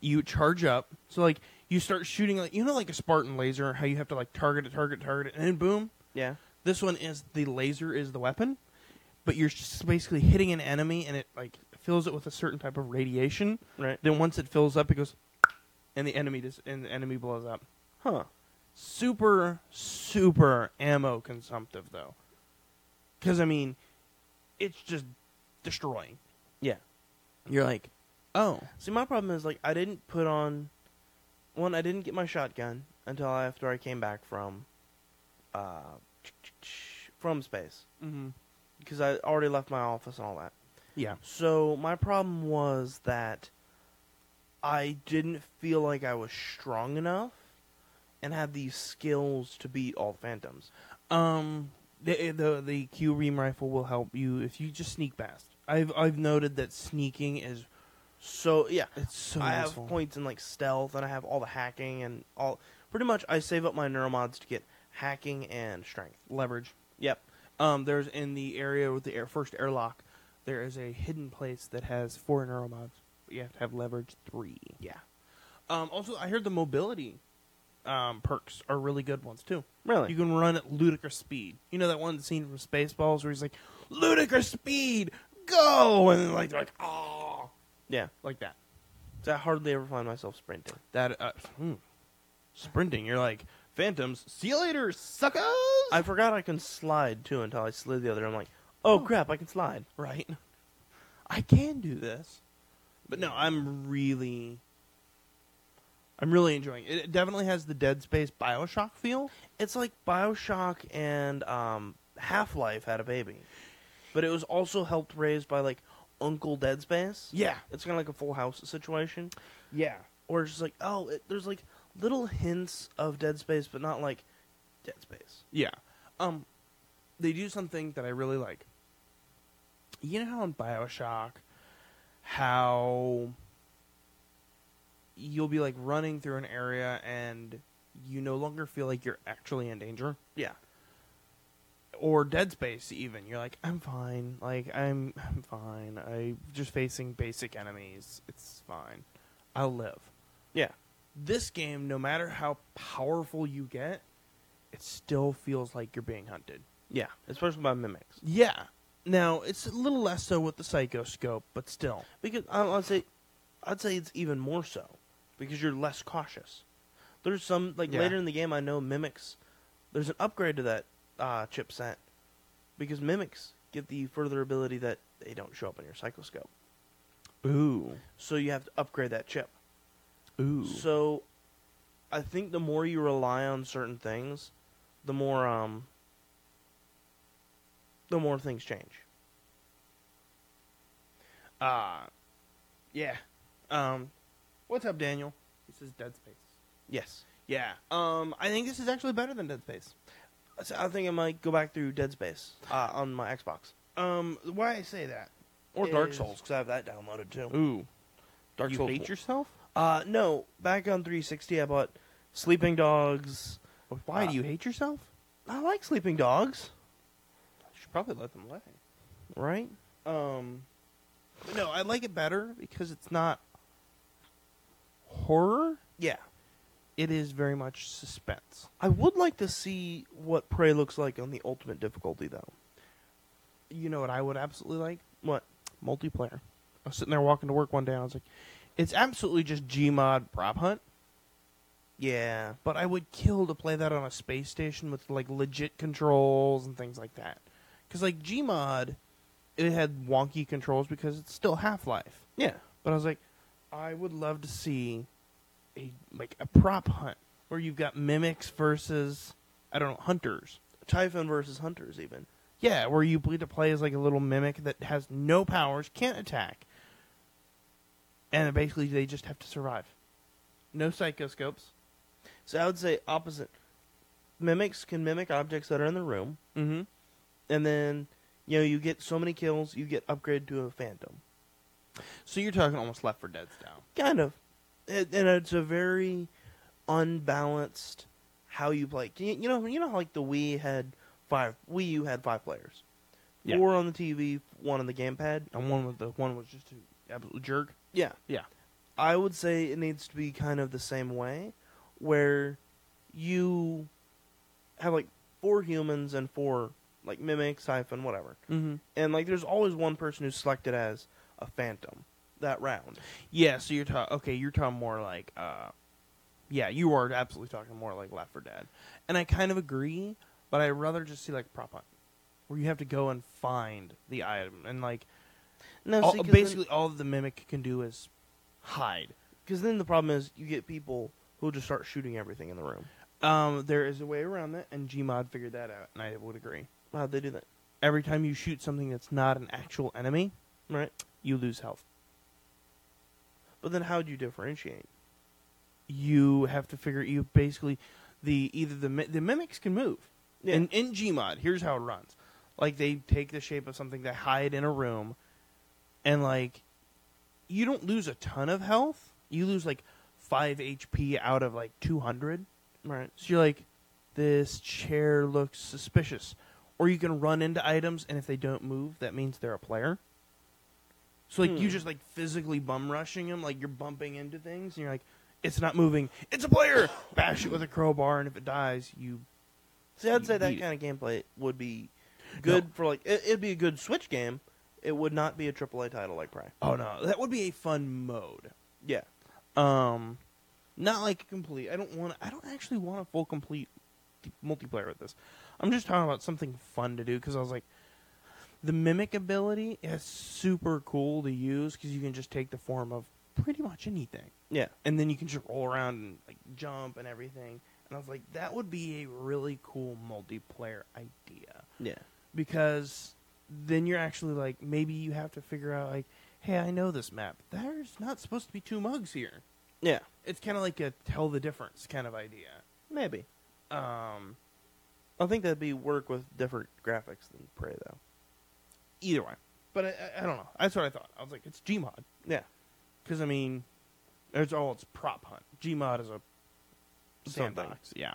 B: you charge up so like you start shooting like you know like a spartan laser how you have to like target it target it, target it and then boom
A: yeah,
B: this one is the laser is the weapon but you're just basically hitting an enemy and it like fills it with a certain type of radiation
A: right,
B: then once it fills up it goes and the enemy just and the enemy blows up
A: huh,
B: super super ammo consumptive though because i mean it's just destroying
A: yeah.
B: you're like oh
A: See, my problem is like I didn't put on one. I didn't get my shotgun until after I came back from uh, from space
B: mm-hmm.
A: because I already left my office and all that.
B: yeah
A: So my problem was that I didn't feel like I was strong enough and had the skills to beat all phantoms.
B: Um, the the the Q ream rifle will help you if you just sneak past. I've I've noted that sneaking is
A: So yeah,
B: it's so
A: I have
B: useful.
A: points in like stealth, and I have all the hacking and all. Pretty much, I save up my neuromods to get hacking and strength.
B: leverage.
A: Yep.
B: Um, there's in the area with the air, first airlock, there is a hidden place that has four neuromods. But you have to have leverage three.
A: Yeah.
B: Um, also I heard the mobility, um, perks are really good ones too.
A: Really?
B: You can run at ludicrous speed. You know that one scene from Spaceballs where he's like, ludicrous speed, go, and then like they're like, oh,
A: yeah.
B: like that.
A: So I hardly ever find myself sprinting.
B: that uh, hmm. sprinting. You're like phantoms. See you later, suckers.
A: I forgot I can slide too until I slid the other. I'm like, oh crap, I can slide.
B: right. I can do this, but no, I'm really, I'm really enjoying it. It definitely has the Dead Space Bioshock feel.
A: It's like Bioshock and um, Half Life had a baby, but it was also helped raised by like Uncle Dead Space.
B: Yeah,
A: It's kind of like a Full House situation.
B: yeah,
A: or it's just like oh it, there's like little hints of dead space but not like dead space
B: yeah. Um, they do something that I really like. You know how in Bioshock, how you'll be like running through an area and you no longer feel like you're actually in danger
A: yeah
B: or dead space even you're like i'm fine like i'm i'm fine i'm just facing basic enemies it's fine i'll live
A: yeah
B: this game no matter how powerful you get it still feels like you're being hunted
A: yeah especially by mimics
B: yeah now it's a little less so with the psycho scope but still
A: because I, i'd say i'd say it's even more so because you're less cautious there's some like
B: Yeah.
A: later in the game i know mimics there's an upgrade to that uh, chipset because mimics get the further ability that they don't show up on your psychoscope
B: ooh
A: so you have to upgrade that chip
B: ooh
A: So, I think the more you rely on certain things, the more um, the more things change.
B: uh yeah um what's up daniel he says dead space
A: Yes,
B: yeah um i think this is actually better than dead space
A: So I think I might go back through Dead Space uh, on my Xbox
B: um why i say that
A: or Dark
B: Is-
A: Souls because I have that downloaded too.
B: Ooh.
A: Dark
B: you
A: Souls.
B: hate yourself?
A: Uh, no, back on 360, I bought Sleeping Dogs.
B: Why
A: Uh,
B: do you hate yourself?
A: I like Sleeping Dogs,
B: You should probably let them lay.
A: right?
B: Um, but no, I like it better because it's not horror.
A: Yeah,
B: It is very much suspense.
A: I would like to see what Prey looks like on the ultimate difficulty, though.
B: You know what I would absolutely like?
A: What?
B: Multiplayer. I was sitting there walking to work one day and I was like, it's absolutely just Gmod prop hunt.
A: Yeah.
B: But I would kill to play that on a space station with like legit controls and things like that. Because like Gmod, it had wonky controls because it's still Half Life.
A: Yeah.
B: But I was like, I would love to see a like a prop hunt where you've got mimics versus I don't know hunters.
A: Typhon versus Hunters, even.
B: Yeah, where you play to play as like a little mimic that has no powers, can't attack, and basically they just have to survive. No psychoscopes.
A: So I would say opposite. Mimics can mimic objects that are in the room,
B: Mm-hmm.
A: and then you know you get so many kills, you get upgraded to a phantom.
B: So you're talking almost Left for Dead style.
A: Kind of, It- and it's a very unbalanced how you play. You you know, you know how like the Wii had five, Wii U had five players,
B: Yeah.
A: four on the TV, one on the gamepad.
B: And one with the one was just an absolute jerk.
A: Yeah,
B: Yeah.
A: I would say it needs to be kind of the same way, where you have like four humans and four like mimics, hyphen, whatever,
B: Mm-hmm.
A: and like there's always one person who's selected as a phantom that round.
B: Yeah. So you're talking. Okay, you're talking more like. uh Yeah, you are absolutely talking more like Left 4 Dead, and I kind of agree, but I'd rather just see like prop hunt, where you have to go and find the item, and like
A: No,
B: all,
A: see, 'cause then-
B: basically all the mimic can do is hide.
A: Because then the problem is you get people who'll just start shooting everything in the room.
B: Um, there is a way around that, and Gmod figured that out, and I would agree.
A: How'd they do that?
B: Every time you shoot something that's not an actual enemy,
A: Right.
B: you lose health.
A: But then how'd you differentiate?
B: you have to figure you basically the either the mi- the mimics can move
A: Yeah.
B: in in Gmod. Here's how it runs: like they take the shape of something, they hide in a room, and like you don't lose a ton of health. You lose like five HP out of like two hundred.
A: Right.
B: So you're like, this chair looks suspicious. Or you can run into items, and if they don't move, that means they're a player. So like you
A: Hmm.
B: just like physically bum rushing them, like you're bumping into things, and you're like, it's not moving, it's a player. Bash it with a crowbar, and if it dies, you
A: See, I'd say that
B: Indeed.
A: kind of gameplay would be good for like it, it'd be a good Switch game. It would not be a AAA title like Prey.
B: oh no, that would be a fun mode.
A: Yeah.
B: Um, not like a complete. I don't want. I don't actually want a full complete multiplayer with this. I'm just talking about something fun to do because I was like, the mimic ability is super cool to use because you can just take the form of pretty much anything,
A: Yeah.
B: and then you can just roll around and like jump and everything. And I was like, that would be a really cool multiplayer idea
A: Yeah.
B: because then you're actually like maybe you have to figure out like, hey, I know this map. There's not supposed to be two mugs here
A: Yeah.
B: it's kind of like a tell the difference kind of idea.
A: Maybe.
B: Um,
A: I think that'd be work with different graphics than Prey though.
B: either way, but I, I, I don't know. That's what I thought. I was like, it's Gmod
A: Yeah.
B: because I mean, it's all it's prop hunt. Gmod is a
A: Something.
B: sandbox, yeah.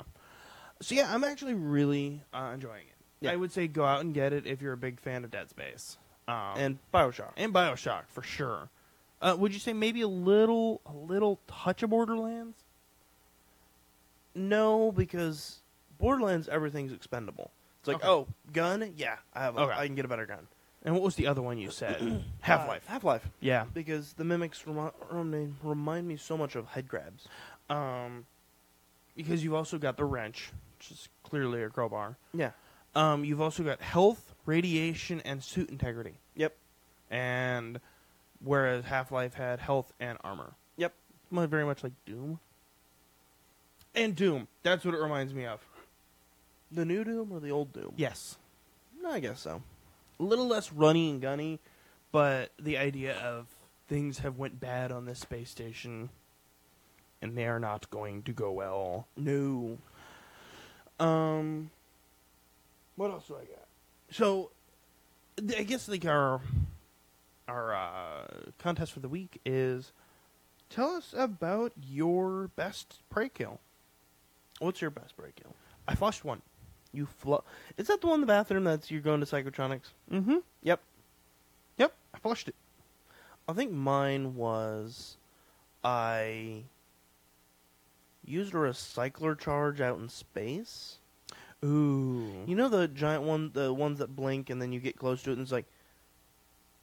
B: So yeah, I'm actually really uh, enjoying it.
A: Yeah.
B: I would say go out and get it if you're a big fan of Dead Space um,
A: And Bioshock.
B: and Bioshock for sure. Uh, would you say maybe a little a little touch of Borderlands?
A: No, because Borderlands everything's expendable. It's like,
B: Okay.
A: oh, gun? Yeah, I have. A,
B: Okay. Uh,
A: I can get a better gun.
B: And what was the other one you
A: [CLEARS THROAT]
B: said? Half Life.
A: Half Life.
B: yeah.
A: because the mimics remi- remi- remind me so much of head grabs.
B: um, because you've also got the wrench, which is clearly a crowbar.
A: Yeah.
B: Um, you've also got health, radiation, and suit integrity.
A: Yep.
B: And whereas Half Life had health and armor,
A: Yep.
B: Mu- very much like Doom. And Doom, that's what it reminds me of.
A: The new Doom or the old Doom?
B: Yes,
A: No, I guess so.
B: a little less runny and gunny, but the idea of things have went bad on this space station, and they are not going to go well.
A: No.
B: Um, what else do I got? So, th- I guess like our our uh, contest for the week is tell
A: uh,
B: us about your best prey kill.
A: What's your best break kill?
B: I flushed one.
A: You flo- Is that the one in the bathroom that's you're going to psychotronics?
B: Mm-hmm.
A: Yep.
B: Yep, I flushed it.
A: I think mine was I used a recycler charge out in space.
B: Ooh.
A: You know the giant one, the ones that blink and then you get close to it and it's like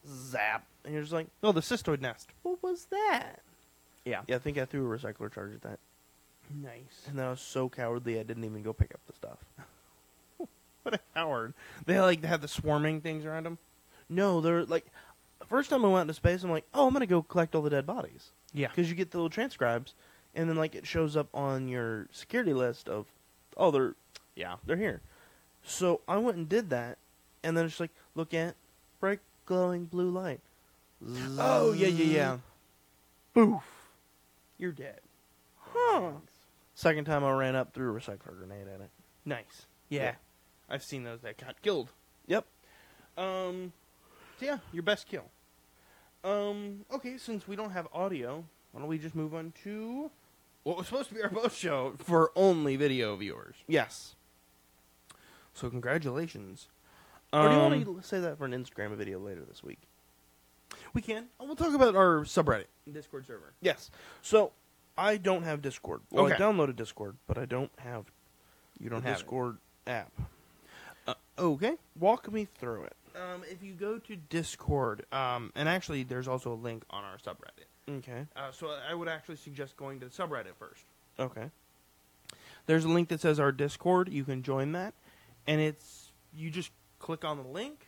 A: zap, and you're just like,
B: Oh, the cystoid nest.
A: what was that?
B: Yeah.
A: Yeah, I think I threw a recycler charge at that.
B: Nice.
A: And then I was so cowardly I didn't even go pick up the stuff.
B: What a coward. They like have the swarming things around them.
A: No, they're like, the first time I went into space, I'm like, oh, I'm gonna go collect all the dead bodies
B: Yeah.
A: because you get the little transcribes, and then like it shows up on your security list of, oh, they're
B: Yeah.
A: they're here. So I went and did that, and then it's like, look at bright glowing blue light.
B: Oh yeah yeah yeah.
A: Boof, you're dead.
B: Huh.
A: Second time I ran up, threw a recycler grenade at it.
B: Nice. Yeah.
A: Yeah.
B: I've seen those that got killed.
A: Yep.
B: Um, so yeah, your best kill. Um, okay, since we don't have audio, why don't we just move on to what was supposed to be our boat show for only video viewers?
A: Yes.
B: So congratulations.
A: or Oh, do you
B: Um,
A: want to say that for an Instagram video later this week?
B: We can. Oh, We'll talk about our subreddit Discord server.
A: Yes. So I don't have Discord. Well,
B: Okay.
A: I downloaded Discord, but I don't have
B: You
A: the Discord app.
B: Uh, Okay.
A: Walk me through it.
B: Um, if you go to Discord, um, and actually, there's also a link on our subreddit.
A: Okay.
B: Uh, so I would actually suggest going to the subreddit first.
A: Okay.
B: There's a link that says our Discord. You can join that, and it's you just click on the link,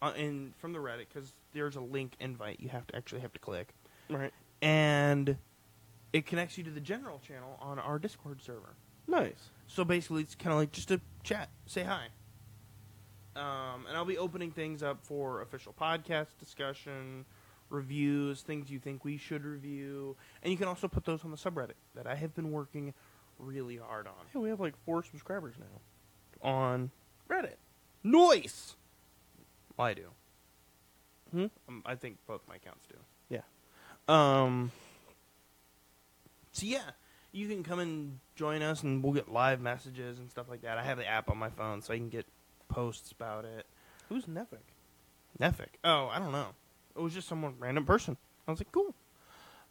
B: uh, and from the Reddit because there's a link invite you have to actually have to click,
A: Right.
B: and it connects you to the general channel on our Discord server.
A: Nice.
B: So basically, it's kind of like just a chat, say hi. Um, and I'll be opening things up for official podcast discussion, reviews, things you think we should review, and you can also put those on the subreddit that I have been working really hard on.
A: Hey, we have like four subscribers now.
B: On
A: Reddit.
B: noise, well, I do.
A: Hmm?
B: Um, I think both my accounts do.
A: Yeah.
B: Um. So yeah, you can come and join us, and we'll get live messages and stuff like that. I have the app on my phone, so I can get posts about it.
A: Who's Nevic?
B: Nethic. Oh, I don't know. It was just someone random person. I was like, cool.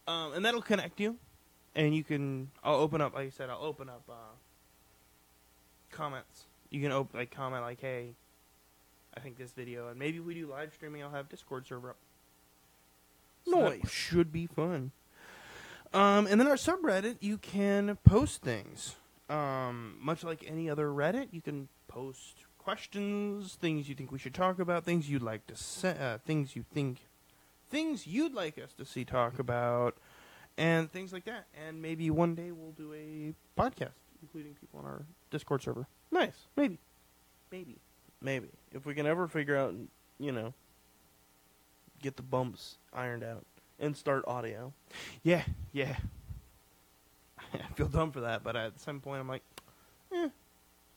B: Um, and that'll connect you, and you can. I'll open up. Like I said, I'll open up uh, comments. You can open like comment like, hey, I think this video, and maybe if we do live streaming. I'll have Discord server up. that
A: Nice.
B: should be fun. Um, and then our subreddit, you can post things. Um, much like any other Reddit, you can post questions, things you think we should talk about, things you'd like to say, uh, things you think, things you'd like us to see talk about, and things like that. And maybe one day we'll do a podcast, including people on our Discord server.
A: Nice.
B: Maybe, maybe.
A: Maybe. If we can ever figure out, you know, get the bumps ironed out and start audio.
B: Yeah, yeah. [LAUGHS] I feel dumb for that, but at some point I'm like,
A: I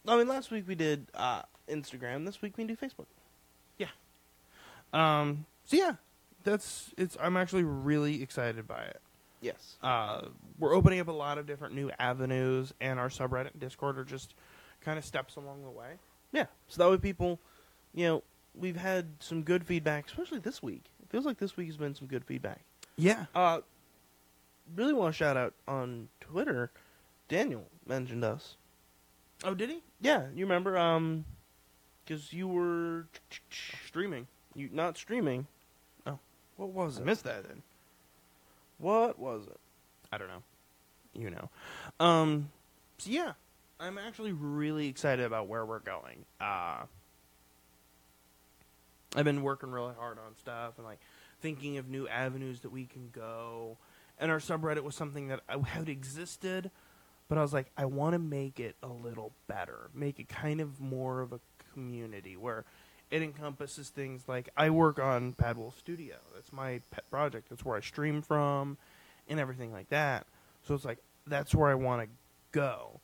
A: mean, last week we did uh, Instagram. This week we do Facebook.
B: Um, so yeah, that's it's. I'm actually really excited by it.
A: Yes.
B: Uh, we're opening up a lot of different new avenues, and our subreddit and Discord are just kind of steps along the way.
A: Yeah. So that way people, you know, we've had some good feedback, especially this week. It feels like this week has been some good feedback.
B: Yeah,
A: Uh, really want to shout out on Twitter. Daniel mentioned us.
B: Oh, did he?
A: Yeah, you remember? Um, because you were
B: Streaming.
A: you not streaming.
B: Oh.
A: what was
B: I
A: it?
B: missed that then.
A: what was it?
B: I don't know. You know. Um, so yeah, I'm actually really excited about where we're going. Uh, I've been working really hard on stuff and like thinking of new avenues that we can go. And our subreddit was something that I had existed, but I was like, I want to make it a little better, make it kind of more of a community where it encompasses things like I work on Bad Wolf Studio. That's my pet project. That's where I stream from and everything like that. So it's like that's where I want to go.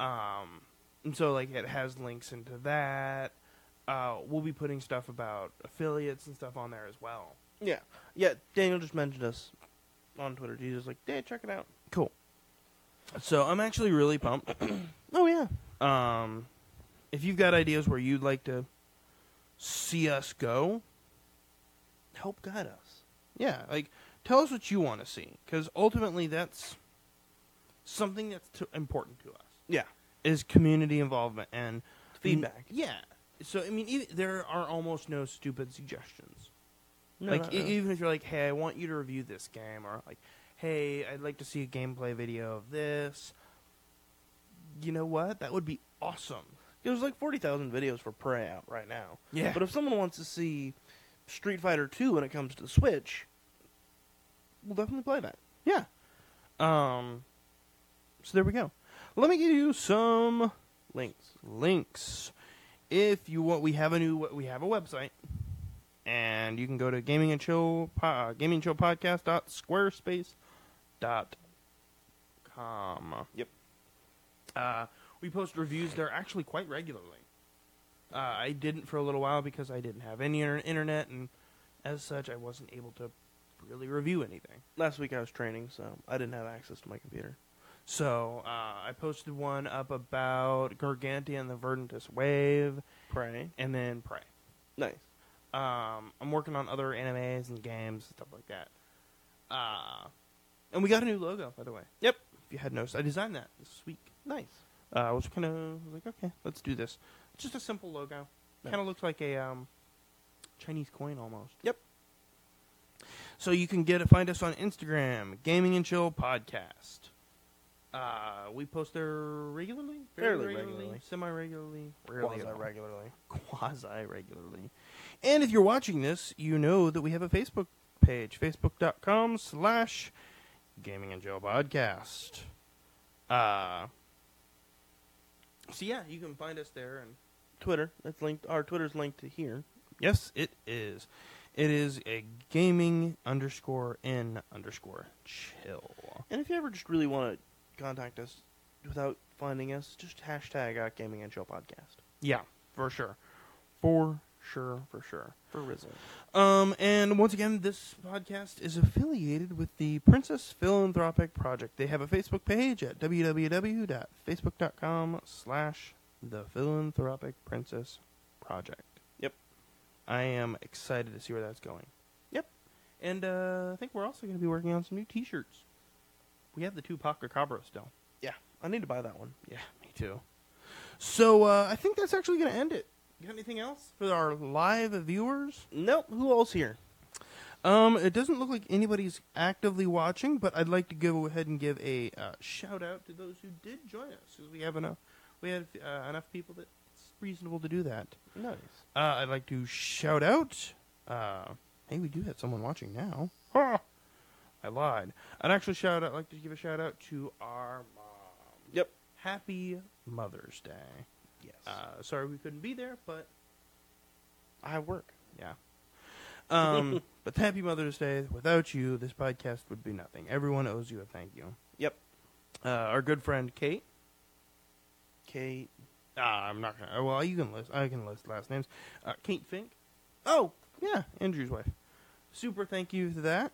B: Um, and so like it has links into that. Uh, we'll be putting stuff about affiliates and stuff on there as well.
A: Yeah, yeah. Daniel just mentioned us on Twitter. He's just like, "Hey, check it out."
B: Cool. So I'm actually really pumped.
A: Oh yeah,
B: Um, if you've got ideas where you'd like to see us go,
A: help guide us.
B: Yeah, like tell us what you want to see because ultimately that's something that's t- important to us
A: Yeah,
B: is community involvement and Mm,
A: Feedback.
B: yeah, so I mean, e there are almost no stupid suggestions.
A: no,
B: like
A: not
B: e-
A: really.
B: even if you're like, hey, I want you to review this game, or like, hey, I'd like to see a gameplay video of this. You know what? That would be awesome.
A: There's like forty thousand videos for Prey out right now.
B: Yeah.
A: But if someone wants to see Street Fighter Two when it comes to the Switch, we'll definitely play that.
B: Yeah. Um. So there we go. Let me give you some
A: Links.
B: links. If you want, we have a new we have a website, and you can go to gaming and chill po- uh, gaming chill podcast dot squarespace dot com.
A: Yep.
B: Uh, we post reviews there actually quite regularly. Uh, I didn't for a little while because I didn't have any inter- internet, and as such, I wasn't able to really review anything.
A: Last week I was training, so I didn't have access to my computer.
B: So uh, I posted one up about Gargantia and the Verdantis Wave,
A: Prey.
B: and then Prey.
A: Nice.
B: Um, I'm working on other animes and games and stuff like that. Uh, and we got a new logo, by the way.
A: Yep.
B: If you had noticed, I designed that this week.
A: Nice.
B: Uh, I was kind of like, okay, let's do this. It's just a simple logo. Kind of looks like a um, Chinese coin almost.
A: Yep.
B: So you can get find us on Instagram, Gaming and Chill Podcast. Uh, we post there regularly,
A: Fairly regularly.
B: semi regularly,
A: Quasi regularly.
B: quasi regularly. And if you're watching this, you know that we have a Facebook page, facebook.com slash gaming and Joe podcast. Uh, so yeah, you can find us there. And
A: Twitter. That's linked. Our Twitter's linked to here.
B: yes, it is. It is a gaming underscore in underscore chill.
A: And if you ever just really want to contact us without finding us, just hashtag uh, Gaming and Chill Podcast
B: Yeah, for sure. For sure, for sure.
A: for Rizzle.
B: Um, and once again, this podcast is affiliated with the Princess Philanthropic Project. They have a Facebook page at www.facebook.com slash the Philanthropic Princess Project.
A: Yep.
B: I am excited to see where that's going.
A: Yep.
B: And uh, I think we're also going to be working on some new t-shirts. We have the two Pacacabra still.
A: Yeah, I need to buy that one.
B: Yeah, me too. So uh, I think that's actually going to end it. You got anything else for our live viewers?
A: Nope. Who else here?
B: Um, it doesn't look like anybody's actively watching, but I'd like to go ahead and give a uh, shout out to those who did join us, because we have enough, we have uh, enough people that it's reasonable to do that.
A: Nice.
B: Uh, I'd like to shout out. Uh, hey, we do have someone watching now. Ha! I lied. I'd actually shout out. Like to give a shout out to our mom.
A: Yep.
B: Happy Mother's Day.
A: Yes.
B: Uh, sorry we couldn't be there, but
A: I work.
B: yeah. Um, but happy Mother's Day. Without you, this podcast would be nothing. Everyone owes you a thank you.
A: Yep.
B: Uh, our good friend Kate.
A: Kate.
B: Uh, I'm not gonna. oh, Well, you can list. I can list last names. Uh, Kate Fink.
A: Oh,
B: Yeah, Andrew's wife. Super thank you to that.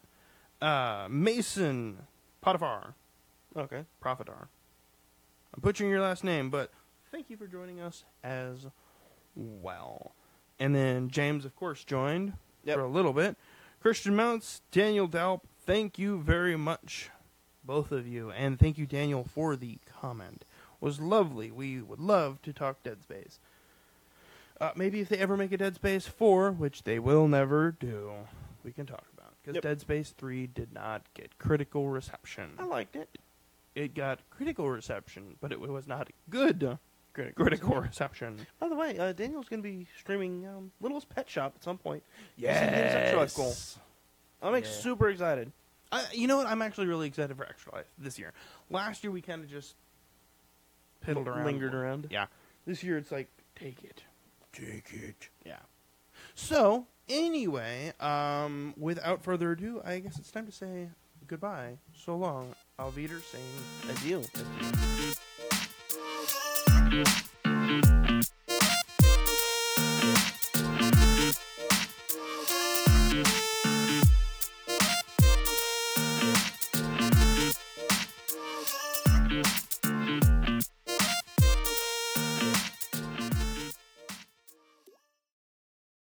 B: Uh, Mason Potiphar.
A: okay.
B: Profitar. I'm butchering your last name, but thank you for joining us as well. And then James, of course, joined
A: Yep.
B: for a little bit. Christian Mounts, Daniel Dalp, thank you very much, both of you, and thank you, Daniel, for the comment. It was lovely. We would love to talk Dead Space. Uh, maybe if they ever make a Dead Space 4, which they will never do, we can talk about. Because
A: Yep.
B: Dead Space 3 did not get critical reception
A: I liked it.
B: it got critical reception, but it was not good critical, reception.
A: By the way, uh, Daniel's going to be streaming um, Little's Pet Shop at some point.
B: Yes.
A: Sexual I'm like,
B: Yeah.
A: super excited.
B: I, you know what? I'm actually really excited for Extra Life this year. Last year we kind of just piddled around,
A: Lingered around.
B: Yeah.
A: This year it's like, take it.
B: Take it. Yeah. So anyway, um, without further ado, I guess it's time to say goodbye. So long, Alveder saying.
A: A deal.